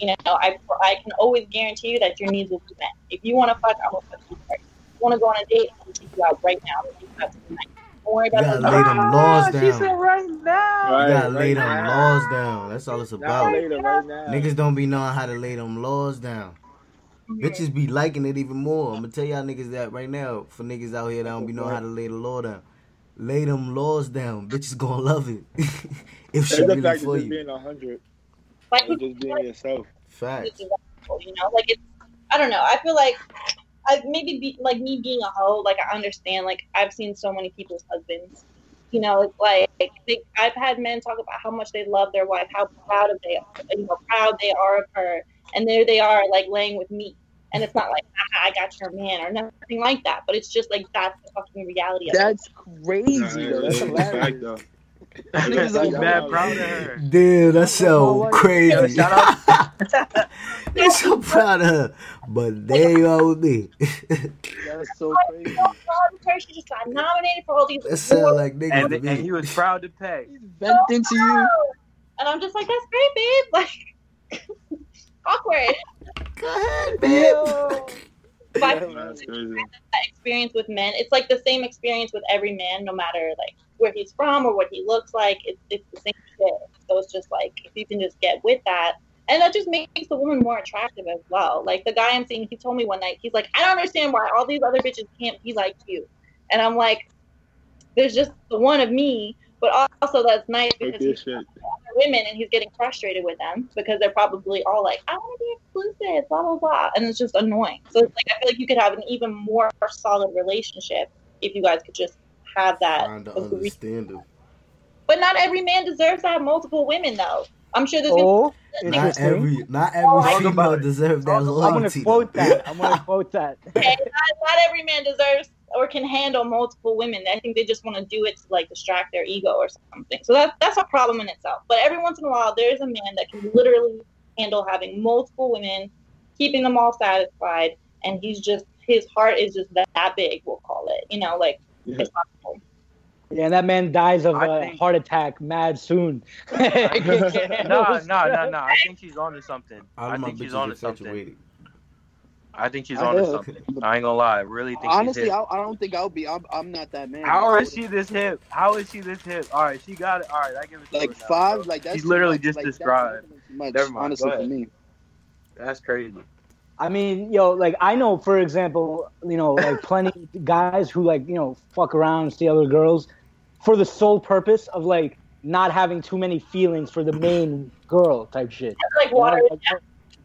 Speaker 7: You know, I, I can always guarantee you that your needs will be met. If you want to fuck, I'm going to fuck you first. If you want to go on a date, I'm going to take you out right now. I'm gonna take you out tonight. Don't worry
Speaker 4: You
Speaker 7: about
Speaker 4: gotta
Speaker 7: the
Speaker 4: lay them laws down. You
Speaker 3: Right,
Speaker 4: gotta lay
Speaker 3: right
Speaker 4: them
Speaker 3: now.
Speaker 4: laws down. That's all it's
Speaker 3: Now,
Speaker 4: about.
Speaker 3: later, right now.
Speaker 4: Niggas don't be knowing how to lay them laws down. Bitches be liking it even more. I'm gonna tell y'all niggas that right now. For niggas out here that don't be knowing how to lay the law down, lay them laws down. Bitches gonna love it <laughs> if she
Speaker 3: That's the
Speaker 4: really
Speaker 3: fact of
Speaker 4: for
Speaker 3: just
Speaker 4: you.
Speaker 3: being 100
Speaker 7: Like,
Speaker 3: and just being yourself.
Speaker 4: Facts.
Speaker 7: disrespectful, you know like it's i don't know i feel like i maybe be, like me being a hoe like i understand like i've seen so many people's husbands you know it's like they, i've had men talk about how much they love their wife how proud of they are you know proud they are of her and there they are like laying with me and it's not like "Haha, i got your man or nothing like that but it's just like that's the fucking reality of it.
Speaker 6: That's crazy.
Speaker 3: Nah,
Speaker 6: though. That's
Speaker 3: a
Speaker 8: <laughs>
Speaker 6: hilarious.
Speaker 3: fact, though.
Speaker 6: Niggas like-
Speaker 8: I'm mad proud of her.
Speaker 4: Dude, that's so
Speaker 8: Yo,
Speaker 4: crazy.
Speaker 8: shout out,
Speaker 4: You're so proud of her, but there you are with me. <laughs>
Speaker 6: That's so
Speaker 7: She's
Speaker 6: crazy.
Speaker 7: so proud of her. She just got nominated for all these
Speaker 4: that sound
Speaker 7: awards.
Speaker 4: like niggas
Speaker 8: and,
Speaker 4: to
Speaker 8: and he
Speaker 4: me.
Speaker 8: was proud
Speaker 4: <laughs>
Speaker 8: to pay.
Speaker 6: Vent into you.
Speaker 7: and i'm just like that's great babe <laughs> like awkward
Speaker 4: Go ahead, babe.
Speaker 7: But I
Speaker 3: Nah, that's crazy.
Speaker 7: that experience with men. It's like the same experience with every man, no matter like where he's from or what he looks like. It's, it's the same shit. So it's just like if you can just get with that, and that just makes the woman more attractive as well. Like the guy I'm seeing, he told me one night, he's like, I don't understand why all these other bitches can't be like you, and I'm like, there's just the one of me. But also that's nice
Speaker 3: Take
Speaker 7: because
Speaker 3: this
Speaker 7: he's
Speaker 3: shit.
Speaker 7: other women and he's getting frustrated with them because they're probably all like, I want to be exclusive, blah, blah, blah. And it's just annoying. So it's like, I feel like you could have an even more solid relationship if you guys could just have that.
Speaker 4: Trying to
Speaker 7: agree-
Speaker 4: understand him.
Speaker 7: But not every man deserves to have multiple women, though. I'm sure there's gonna
Speaker 5: oh,
Speaker 7: Not
Speaker 4: Not
Speaker 5: interesting.
Speaker 4: every, not
Speaker 5: Talk
Speaker 4: every
Speaker 5: about
Speaker 4: female
Speaker 5: it.
Speaker 4: deserves that
Speaker 5: I'm gonna
Speaker 4: loyalty.
Speaker 5: quote
Speaker 4: though.
Speaker 5: that. I'm gonna quote that.
Speaker 7: be, not, not every man deserves or can handle multiple women. I think they just want to do it to like distract their ego or something. So that's that's a problem in itself. But every once in a while, there is a man that can literally handle having multiple women, keeping them all satisfied, and he's just his heart is just that, that big. We'll call it. You know, like
Speaker 3: Yeah.
Speaker 7: it's possible.
Speaker 5: Yeah, and that man dies of
Speaker 8: I
Speaker 5: a
Speaker 8: think-
Speaker 5: heart attack mad soon. <laughs>
Speaker 8: <laughs> No, no, no, no. I think she's onto something.
Speaker 4: All
Speaker 8: I
Speaker 4: of my
Speaker 8: think she's
Speaker 4: bitches
Speaker 8: onto
Speaker 4: are
Speaker 8: something.
Speaker 4: situated.
Speaker 8: I think she's
Speaker 6: I
Speaker 8: onto
Speaker 6: do.
Speaker 8: something. I ain't gonna lie. I really think she's
Speaker 6: Honestly,
Speaker 8: hip.
Speaker 6: I, I don't think I'll be. I'm, I'm not that man.
Speaker 8: How is she this hip? How is she this hip? All right, she got it. All right, I give it to
Speaker 6: Like
Speaker 8: her now,
Speaker 6: five,
Speaker 8: bro.
Speaker 6: like that's
Speaker 8: She's literally
Speaker 6: too much,
Speaker 8: just
Speaker 6: like, that's
Speaker 8: described.
Speaker 6: too much,
Speaker 8: Never mind,
Speaker 6: honestly,
Speaker 8: go
Speaker 6: for
Speaker 8: ahead.
Speaker 6: me.
Speaker 8: That's crazy.
Speaker 5: I mean, yo, like I know, for example, you know, like plenty <laughs> guys who like you know fuck around and see other girls for the sole purpose of like not having too many feelings for the main girl type shit.
Speaker 7: It's like water.
Speaker 5: You know, like,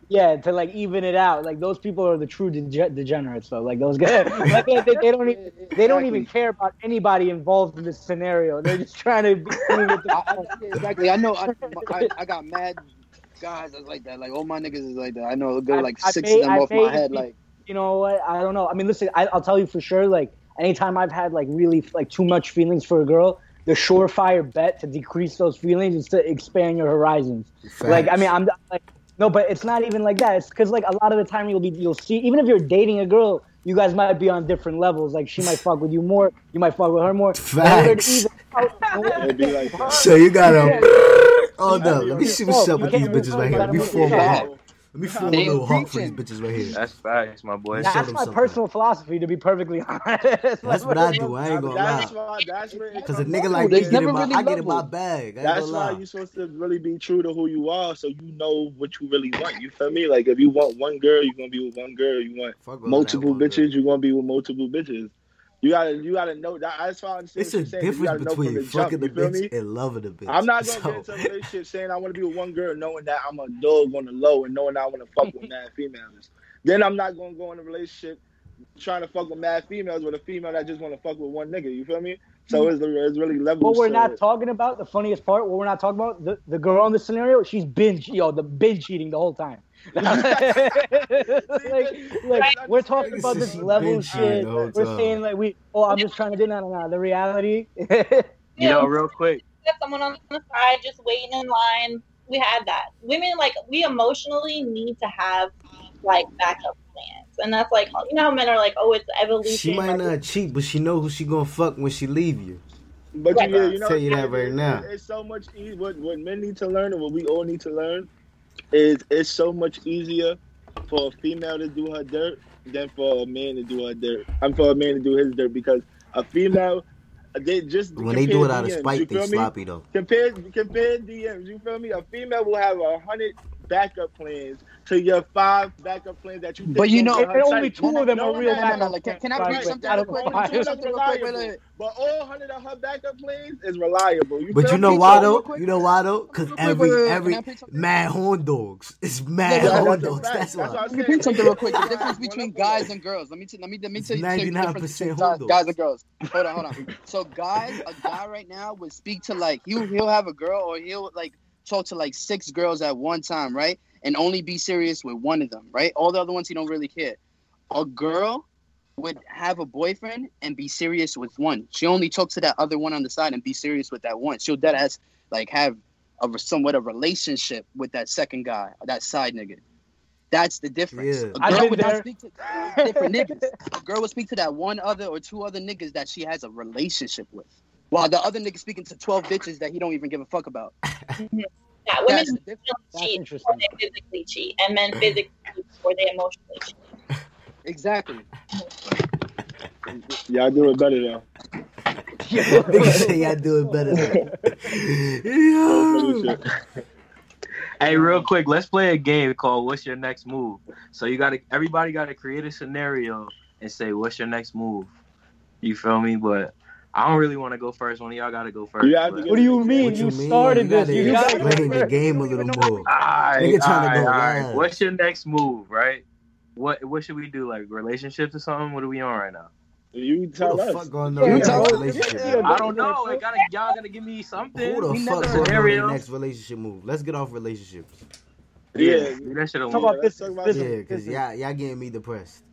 Speaker 5: yeah, to like even it out. Like those people are the true dege- degenerates, though. Like those guys, <laughs> like, they, they, they don't even they don't even care about anybody involved in this scenario. They're just trying to. Be, with the-
Speaker 6: <laughs> I, I- yeah, exactly. I know. I, I, I got mad guys that's like that. Like all my niggas is like that. I know a
Speaker 5: I-
Speaker 6: good like
Speaker 5: I
Speaker 6: six
Speaker 5: pay-
Speaker 6: of them
Speaker 5: I
Speaker 6: off
Speaker 5: pay
Speaker 6: my head.
Speaker 5: people-
Speaker 6: Like
Speaker 5: you know what? I don't know. I mean, listen, I, I'll tell you for sure. Like anytime I've had like really like too much feelings for a girl, the surefire bet to decrease those feelings is to expand your horizons. Like I mean, I'm like no, but it's not even like that. It's because like a lot of the time you'll be you'll see even if you're dating a girl, you guys might be on different levels. Like she might fuck with you more, you might fuck with her more. In order to
Speaker 4: Facts. <laughs>
Speaker 5: even out-
Speaker 3: It'd be like that.
Speaker 4: So you got
Speaker 5: Yeah.
Speaker 4: to Hold up.
Speaker 3: be
Speaker 4: Let
Speaker 3: on
Speaker 4: me
Speaker 3: your
Speaker 4: see what's
Speaker 5: phone.
Speaker 4: up with
Speaker 5: You
Speaker 4: these
Speaker 5: can't
Speaker 4: bitches
Speaker 5: even
Speaker 4: right here.
Speaker 5: talk
Speaker 4: Let me
Speaker 5: about
Speaker 4: form a
Speaker 5: it.
Speaker 4: heart. Let me form a
Speaker 6: They
Speaker 4: little heart for these
Speaker 6: preaching.
Speaker 4: bitches right here.
Speaker 8: That's facts, my boy.
Speaker 4: Show
Speaker 5: That's
Speaker 4: them
Speaker 5: my
Speaker 4: something.
Speaker 5: personal philosophy, to be perfectly <laughs> honest.
Speaker 4: That's what I do. I ain't gonna
Speaker 3: That's
Speaker 4: lie.
Speaker 3: why. That's where. it
Speaker 4: Cause a
Speaker 3: comes
Speaker 4: nigga
Speaker 3: down
Speaker 4: like
Speaker 3: to.
Speaker 4: me
Speaker 6: They
Speaker 4: get in
Speaker 6: never
Speaker 4: my,
Speaker 6: really
Speaker 4: I get in my
Speaker 6: level.
Speaker 4: bag. I ain't
Speaker 3: That's
Speaker 4: gonna
Speaker 3: why
Speaker 4: lie.
Speaker 3: you're supposed to really be true to who you are, so you know what you really want. You feel me? Like if you want one girl, you're gonna be with one girl. You want
Speaker 4: Fuck with
Speaker 3: multiple
Speaker 4: that one,
Speaker 3: bitches,
Speaker 4: girl.
Speaker 3: you're gonna be with multiple bitches. You gotta, you gotta know that. That's why I understand.
Speaker 4: It's
Speaker 3: what
Speaker 4: a
Speaker 3: you're saying, but you
Speaker 4: difference
Speaker 3: gotta know from
Speaker 4: between
Speaker 3: the jump,
Speaker 4: fucking the
Speaker 3: you feel me?
Speaker 4: bitch and loving the bitch.
Speaker 3: I'm not gonna
Speaker 4: So-
Speaker 3: get
Speaker 4: <laughs>
Speaker 3: into a relationship saying I want to be with one girl, knowing that I'm a dog on the low and knowing I want to fuck with mad females. Then I'm not gonna go in a relationship trying to fuck with mad females with a female that just want to fuck with one nigga. You feel me?
Speaker 4: Hmm.
Speaker 3: So it's, it's really level.
Speaker 5: What we're not talking about, the funniest part, what we're not talking about, the, the girl in the scenario, she's binge, yo, the binge cheating the
Speaker 4: <laughs>
Speaker 5: whole time. <laughs> like, like we're talking about this level
Speaker 4: Binge cheating
Speaker 5: shit.
Speaker 4: the whole
Speaker 5: We're
Speaker 4: time.
Speaker 5: saying like we, oh, I'm just trying to do no, no, no. The reality, <laughs>
Speaker 8: You know, real quick,
Speaker 7: got someone on the side just waiting in line. We had that. Women like we emotionally need to have like backup plans, and that's like you know how men are like, oh, it's evolution.
Speaker 4: She might
Speaker 7: like,
Speaker 4: not cheat, but she know who she gonna fuck when she leave you.
Speaker 3: But
Speaker 7: Right.
Speaker 3: you, yeah, you know,
Speaker 4: Tell you that
Speaker 3: it's-
Speaker 4: right
Speaker 3: it's-
Speaker 4: now.
Speaker 3: It's so much easier. What, what men need to learn and what we all need to learn is it's so much easier for a female to do her dirt than for a man to do her dirt. I'm for a man to do his dirt because a female, they just
Speaker 4: When they do
Speaker 3: compare
Speaker 4: it out of
Speaker 3: DMs, you
Speaker 4: spite, they
Speaker 3: feel me?
Speaker 4: sloppy though.
Speaker 3: Compared, compared DMs, you feel me? A female will have a hundred backup plans to your five backup plans that you. Think
Speaker 6: But you know-
Speaker 3: are
Speaker 5: and only
Speaker 3: type.
Speaker 5: two of them
Speaker 3: No
Speaker 5: are
Speaker 3: one
Speaker 5: real.
Speaker 3: has-
Speaker 6: no, no, like, can- can I
Speaker 5: backup
Speaker 3: preach
Speaker 5: plans
Speaker 3: something
Speaker 5: out
Speaker 6: real
Speaker 5: of
Speaker 6: quick?
Speaker 5: five.
Speaker 6: Two of them.
Speaker 3: but all hundred of her backup plays is reliable. You
Speaker 4: But
Speaker 3: feel
Speaker 4: you
Speaker 3: me?
Speaker 4: know
Speaker 6: me?
Speaker 4: why
Speaker 6: Real
Speaker 4: though?
Speaker 6: quick.
Speaker 4: You know why though? Cause
Speaker 6: Real quick,
Speaker 4: every
Speaker 6: wait, wait, wait,
Speaker 4: every
Speaker 6: can I pitch something?
Speaker 4: mad horn dogs. It's mad
Speaker 6: Yeah, that's
Speaker 4: horn
Speaker 6: a
Speaker 4: dogs.
Speaker 3: fact.
Speaker 4: That's
Speaker 3: That's what
Speaker 4: <laughs>
Speaker 3: I'm
Speaker 4: why.
Speaker 6: Let me tell you something real quick. The
Speaker 3: Yeah,
Speaker 6: difference
Speaker 3: well,
Speaker 6: between
Speaker 3: that's what it
Speaker 6: guys
Speaker 3: is.
Speaker 6: and girls. Let me t- let me let me
Speaker 4: It's
Speaker 6: tell you tell you the difference
Speaker 4: 99%
Speaker 6: between guys,
Speaker 4: hoodles.
Speaker 6: guys and girls. Hold on, hold on. So guys, a guy right now would speak to like he'll he'll have a girl or he'll like talk to like six girls at one time, right? And only be serious with one of them, right? All the other ones he don't really care. A girl would have a boyfriend and be serious with one. She only talks to that other one on the side and be serious with that one. She'll dead ass like have a somewhat a relationship with that second guy, that side nigga. That's the difference.
Speaker 4: Yeah.
Speaker 6: A girl
Speaker 5: I've been
Speaker 6: would not
Speaker 5: there.
Speaker 6: speak to different niggas. A girl will speak to that one other or two other niggas that she has a relationship with. While the other nigga speaking to twelve bitches that he don't even give a fuck about.
Speaker 7: yeah,
Speaker 6: That's the
Speaker 7: women
Speaker 6: difference.
Speaker 5: <laughs> That's
Speaker 3: <laughs>
Speaker 7: cheat before
Speaker 5: interesting.
Speaker 7: they physically cheat, and men physically cheat before they emotionally cheat.
Speaker 6: Exactly.
Speaker 3: Y'all do it better though.
Speaker 4: <laughs> Nigga say I do it better.
Speaker 3: <laughs>
Speaker 4: Than Yo.
Speaker 8: hey, real quick, let's play a game called "What's Your Next Move." So you gotta, everybody gotta create a scenario and say, "What's your next move?" You feel me? But I don't really want to go first. One of y'all gotta go first.
Speaker 3: You have to
Speaker 8: but-
Speaker 3: go-
Speaker 5: What do you mean?
Speaker 4: What
Speaker 5: You,
Speaker 4: mean?
Speaker 5: started this.
Speaker 4: gotta
Speaker 5: You got
Speaker 4: explain the game a little more. Nigga
Speaker 8: Alright,
Speaker 4: tryna
Speaker 8: alright,
Speaker 4: go
Speaker 8: alright.
Speaker 4: live.
Speaker 8: What's your next move, right? What what should we do? Like relationships or something? What are we on right now?
Speaker 3: You
Speaker 4: Who
Speaker 3: tell
Speaker 4: the
Speaker 3: us.
Speaker 4: fuck gonna know your
Speaker 5: Yeah,
Speaker 4: next
Speaker 5: bro.
Speaker 4: relationship?
Speaker 5: Yeah,
Speaker 4: move?
Speaker 5: bro.
Speaker 8: I don't know. It gotta, y'all gotta give me something.
Speaker 4: Who
Speaker 8: We
Speaker 4: the
Speaker 8: never-
Speaker 4: fuck gonna know your
Speaker 8: scenario.
Speaker 4: next relationship move? Let's get off relationships.
Speaker 3: <laughs>
Speaker 8: Yeah,
Speaker 3: Yeah.
Speaker 8: leave that shit
Speaker 5: <laughs>
Speaker 8: alone.
Speaker 5: Talk about
Speaker 3: let's
Speaker 5: this.
Speaker 3: talk about
Speaker 5: this
Speaker 4: Yeah, cause
Speaker 5: this-
Speaker 4: y'all y'all getting me depressed.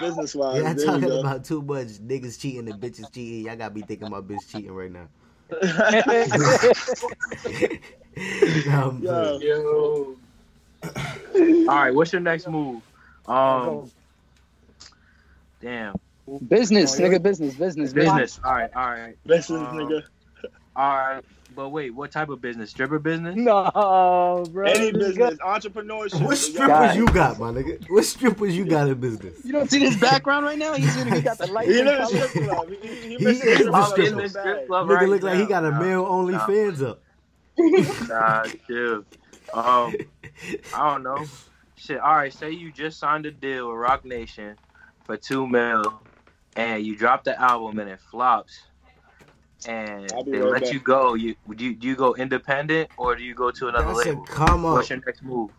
Speaker 3: Business wise,
Speaker 4: Y'all
Speaker 3: Uh, there you
Speaker 4: talking
Speaker 3: go. <laughs>
Speaker 4: about too much niggas cheating and bitches cheating. Y'all gotta be thinking about bitch cheating right now. <laughs>
Speaker 5: <laughs>
Speaker 4: Nah, I'm
Speaker 3: Yo.
Speaker 4: playing.
Speaker 8: Yo. All right, what's your next move? Um, Damn.
Speaker 6: Business, nigga, business, business, business.
Speaker 8: Business. All right. All right.
Speaker 3: Listen,
Speaker 8: Um,
Speaker 3: nigga.
Speaker 8: All right. But wait, what type of business? Stripper business?
Speaker 5: No, bro.
Speaker 3: Any
Speaker 5: this guy-
Speaker 3: business, entrepreneurship.
Speaker 4: What
Speaker 3: Y'all-
Speaker 4: strippers you got, my nigga? What strippers you got in business?
Speaker 6: You don't see this background right now? He's he got the
Speaker 5: <laughs>
Speaker 6: light.
Speaker 3: He in
Speaker 6: pink
Speaker 3: a
Speaker 6: color.
Speaker 3: strip club. He, he,
Speaker 4: He
Speaker 3: missing
Speaker 4: is
Speaker 3: the
Speaker 4: the
Speaker 3: club.
Speaker 4: strip
Speaker 3: He's in
Speaker 4: club.
Speaker 3: the bag.
Speaker 4: Nigga look like he got
Speaker 8: Oh,
Speaker 4: a male only fans up. <laughs>
Speaker 8: Nah, dude. Um, I don't know. Shit. All right. Say you just signed a deal with Rock Nation for two mil, and you drop the album and it flops, and
Speaker 3: I'll be
Speaker 8: they
Speaker 3: right
Speaker 8: let
Speaker 3: back.
Speaker 8: you go. You do you, do you go independent or do you go to another
Speaker 4: That's a
Speaker 8: label?
Speaker 4: come up.
Speaker 8: What's your next move?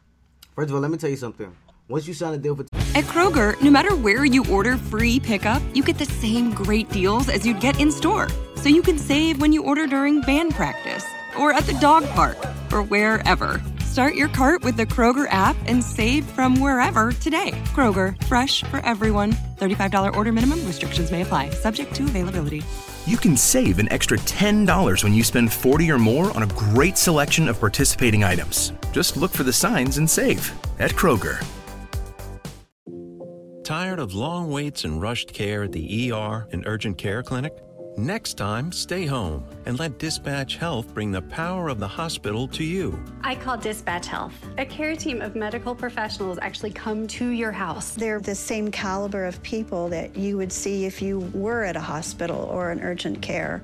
Speaker 4: First of all, let me tell you something. Once you sign a deal for
Speaker 1: At Kroger, no matter where you order free pickup, you get the same great deals as you'd get in store. So you can save when you order during band practice or at the dog park or wherever. Start your cart with the Kroger app and save from wherever today. Kroger, fresh for everyone. $35 order minimum restrictions may apply, subject to availability.
Speaker 2: You can save an extra $10 when you spend 40 or more on a great selection of participating items. Just look for the signs and save at Kroger.
Speaker 10: Tired of long waits and rushed care at the ER and urgent care clinic? Next time, stay home and let Dispatch Health bring the power of the hospital to you.
Speaker 11: I call Dispatch Health. A care team of medical professionals actually come to your house.
Speaker 12: They're the same caliber of people that you would see if you were at a hospital or an urgent care.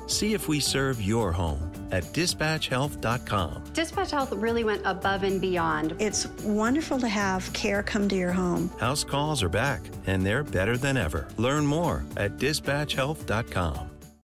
Speaker 10: See if we serve your home at dispatchhealth.com.
Speaker 11: Dispatch Health really went above and beyond.
Speaker 12: It's wonderful to have care come to your home.
Speaker 10: House calls are back, and they're better than ever. Learn more at dispatchhealth.com.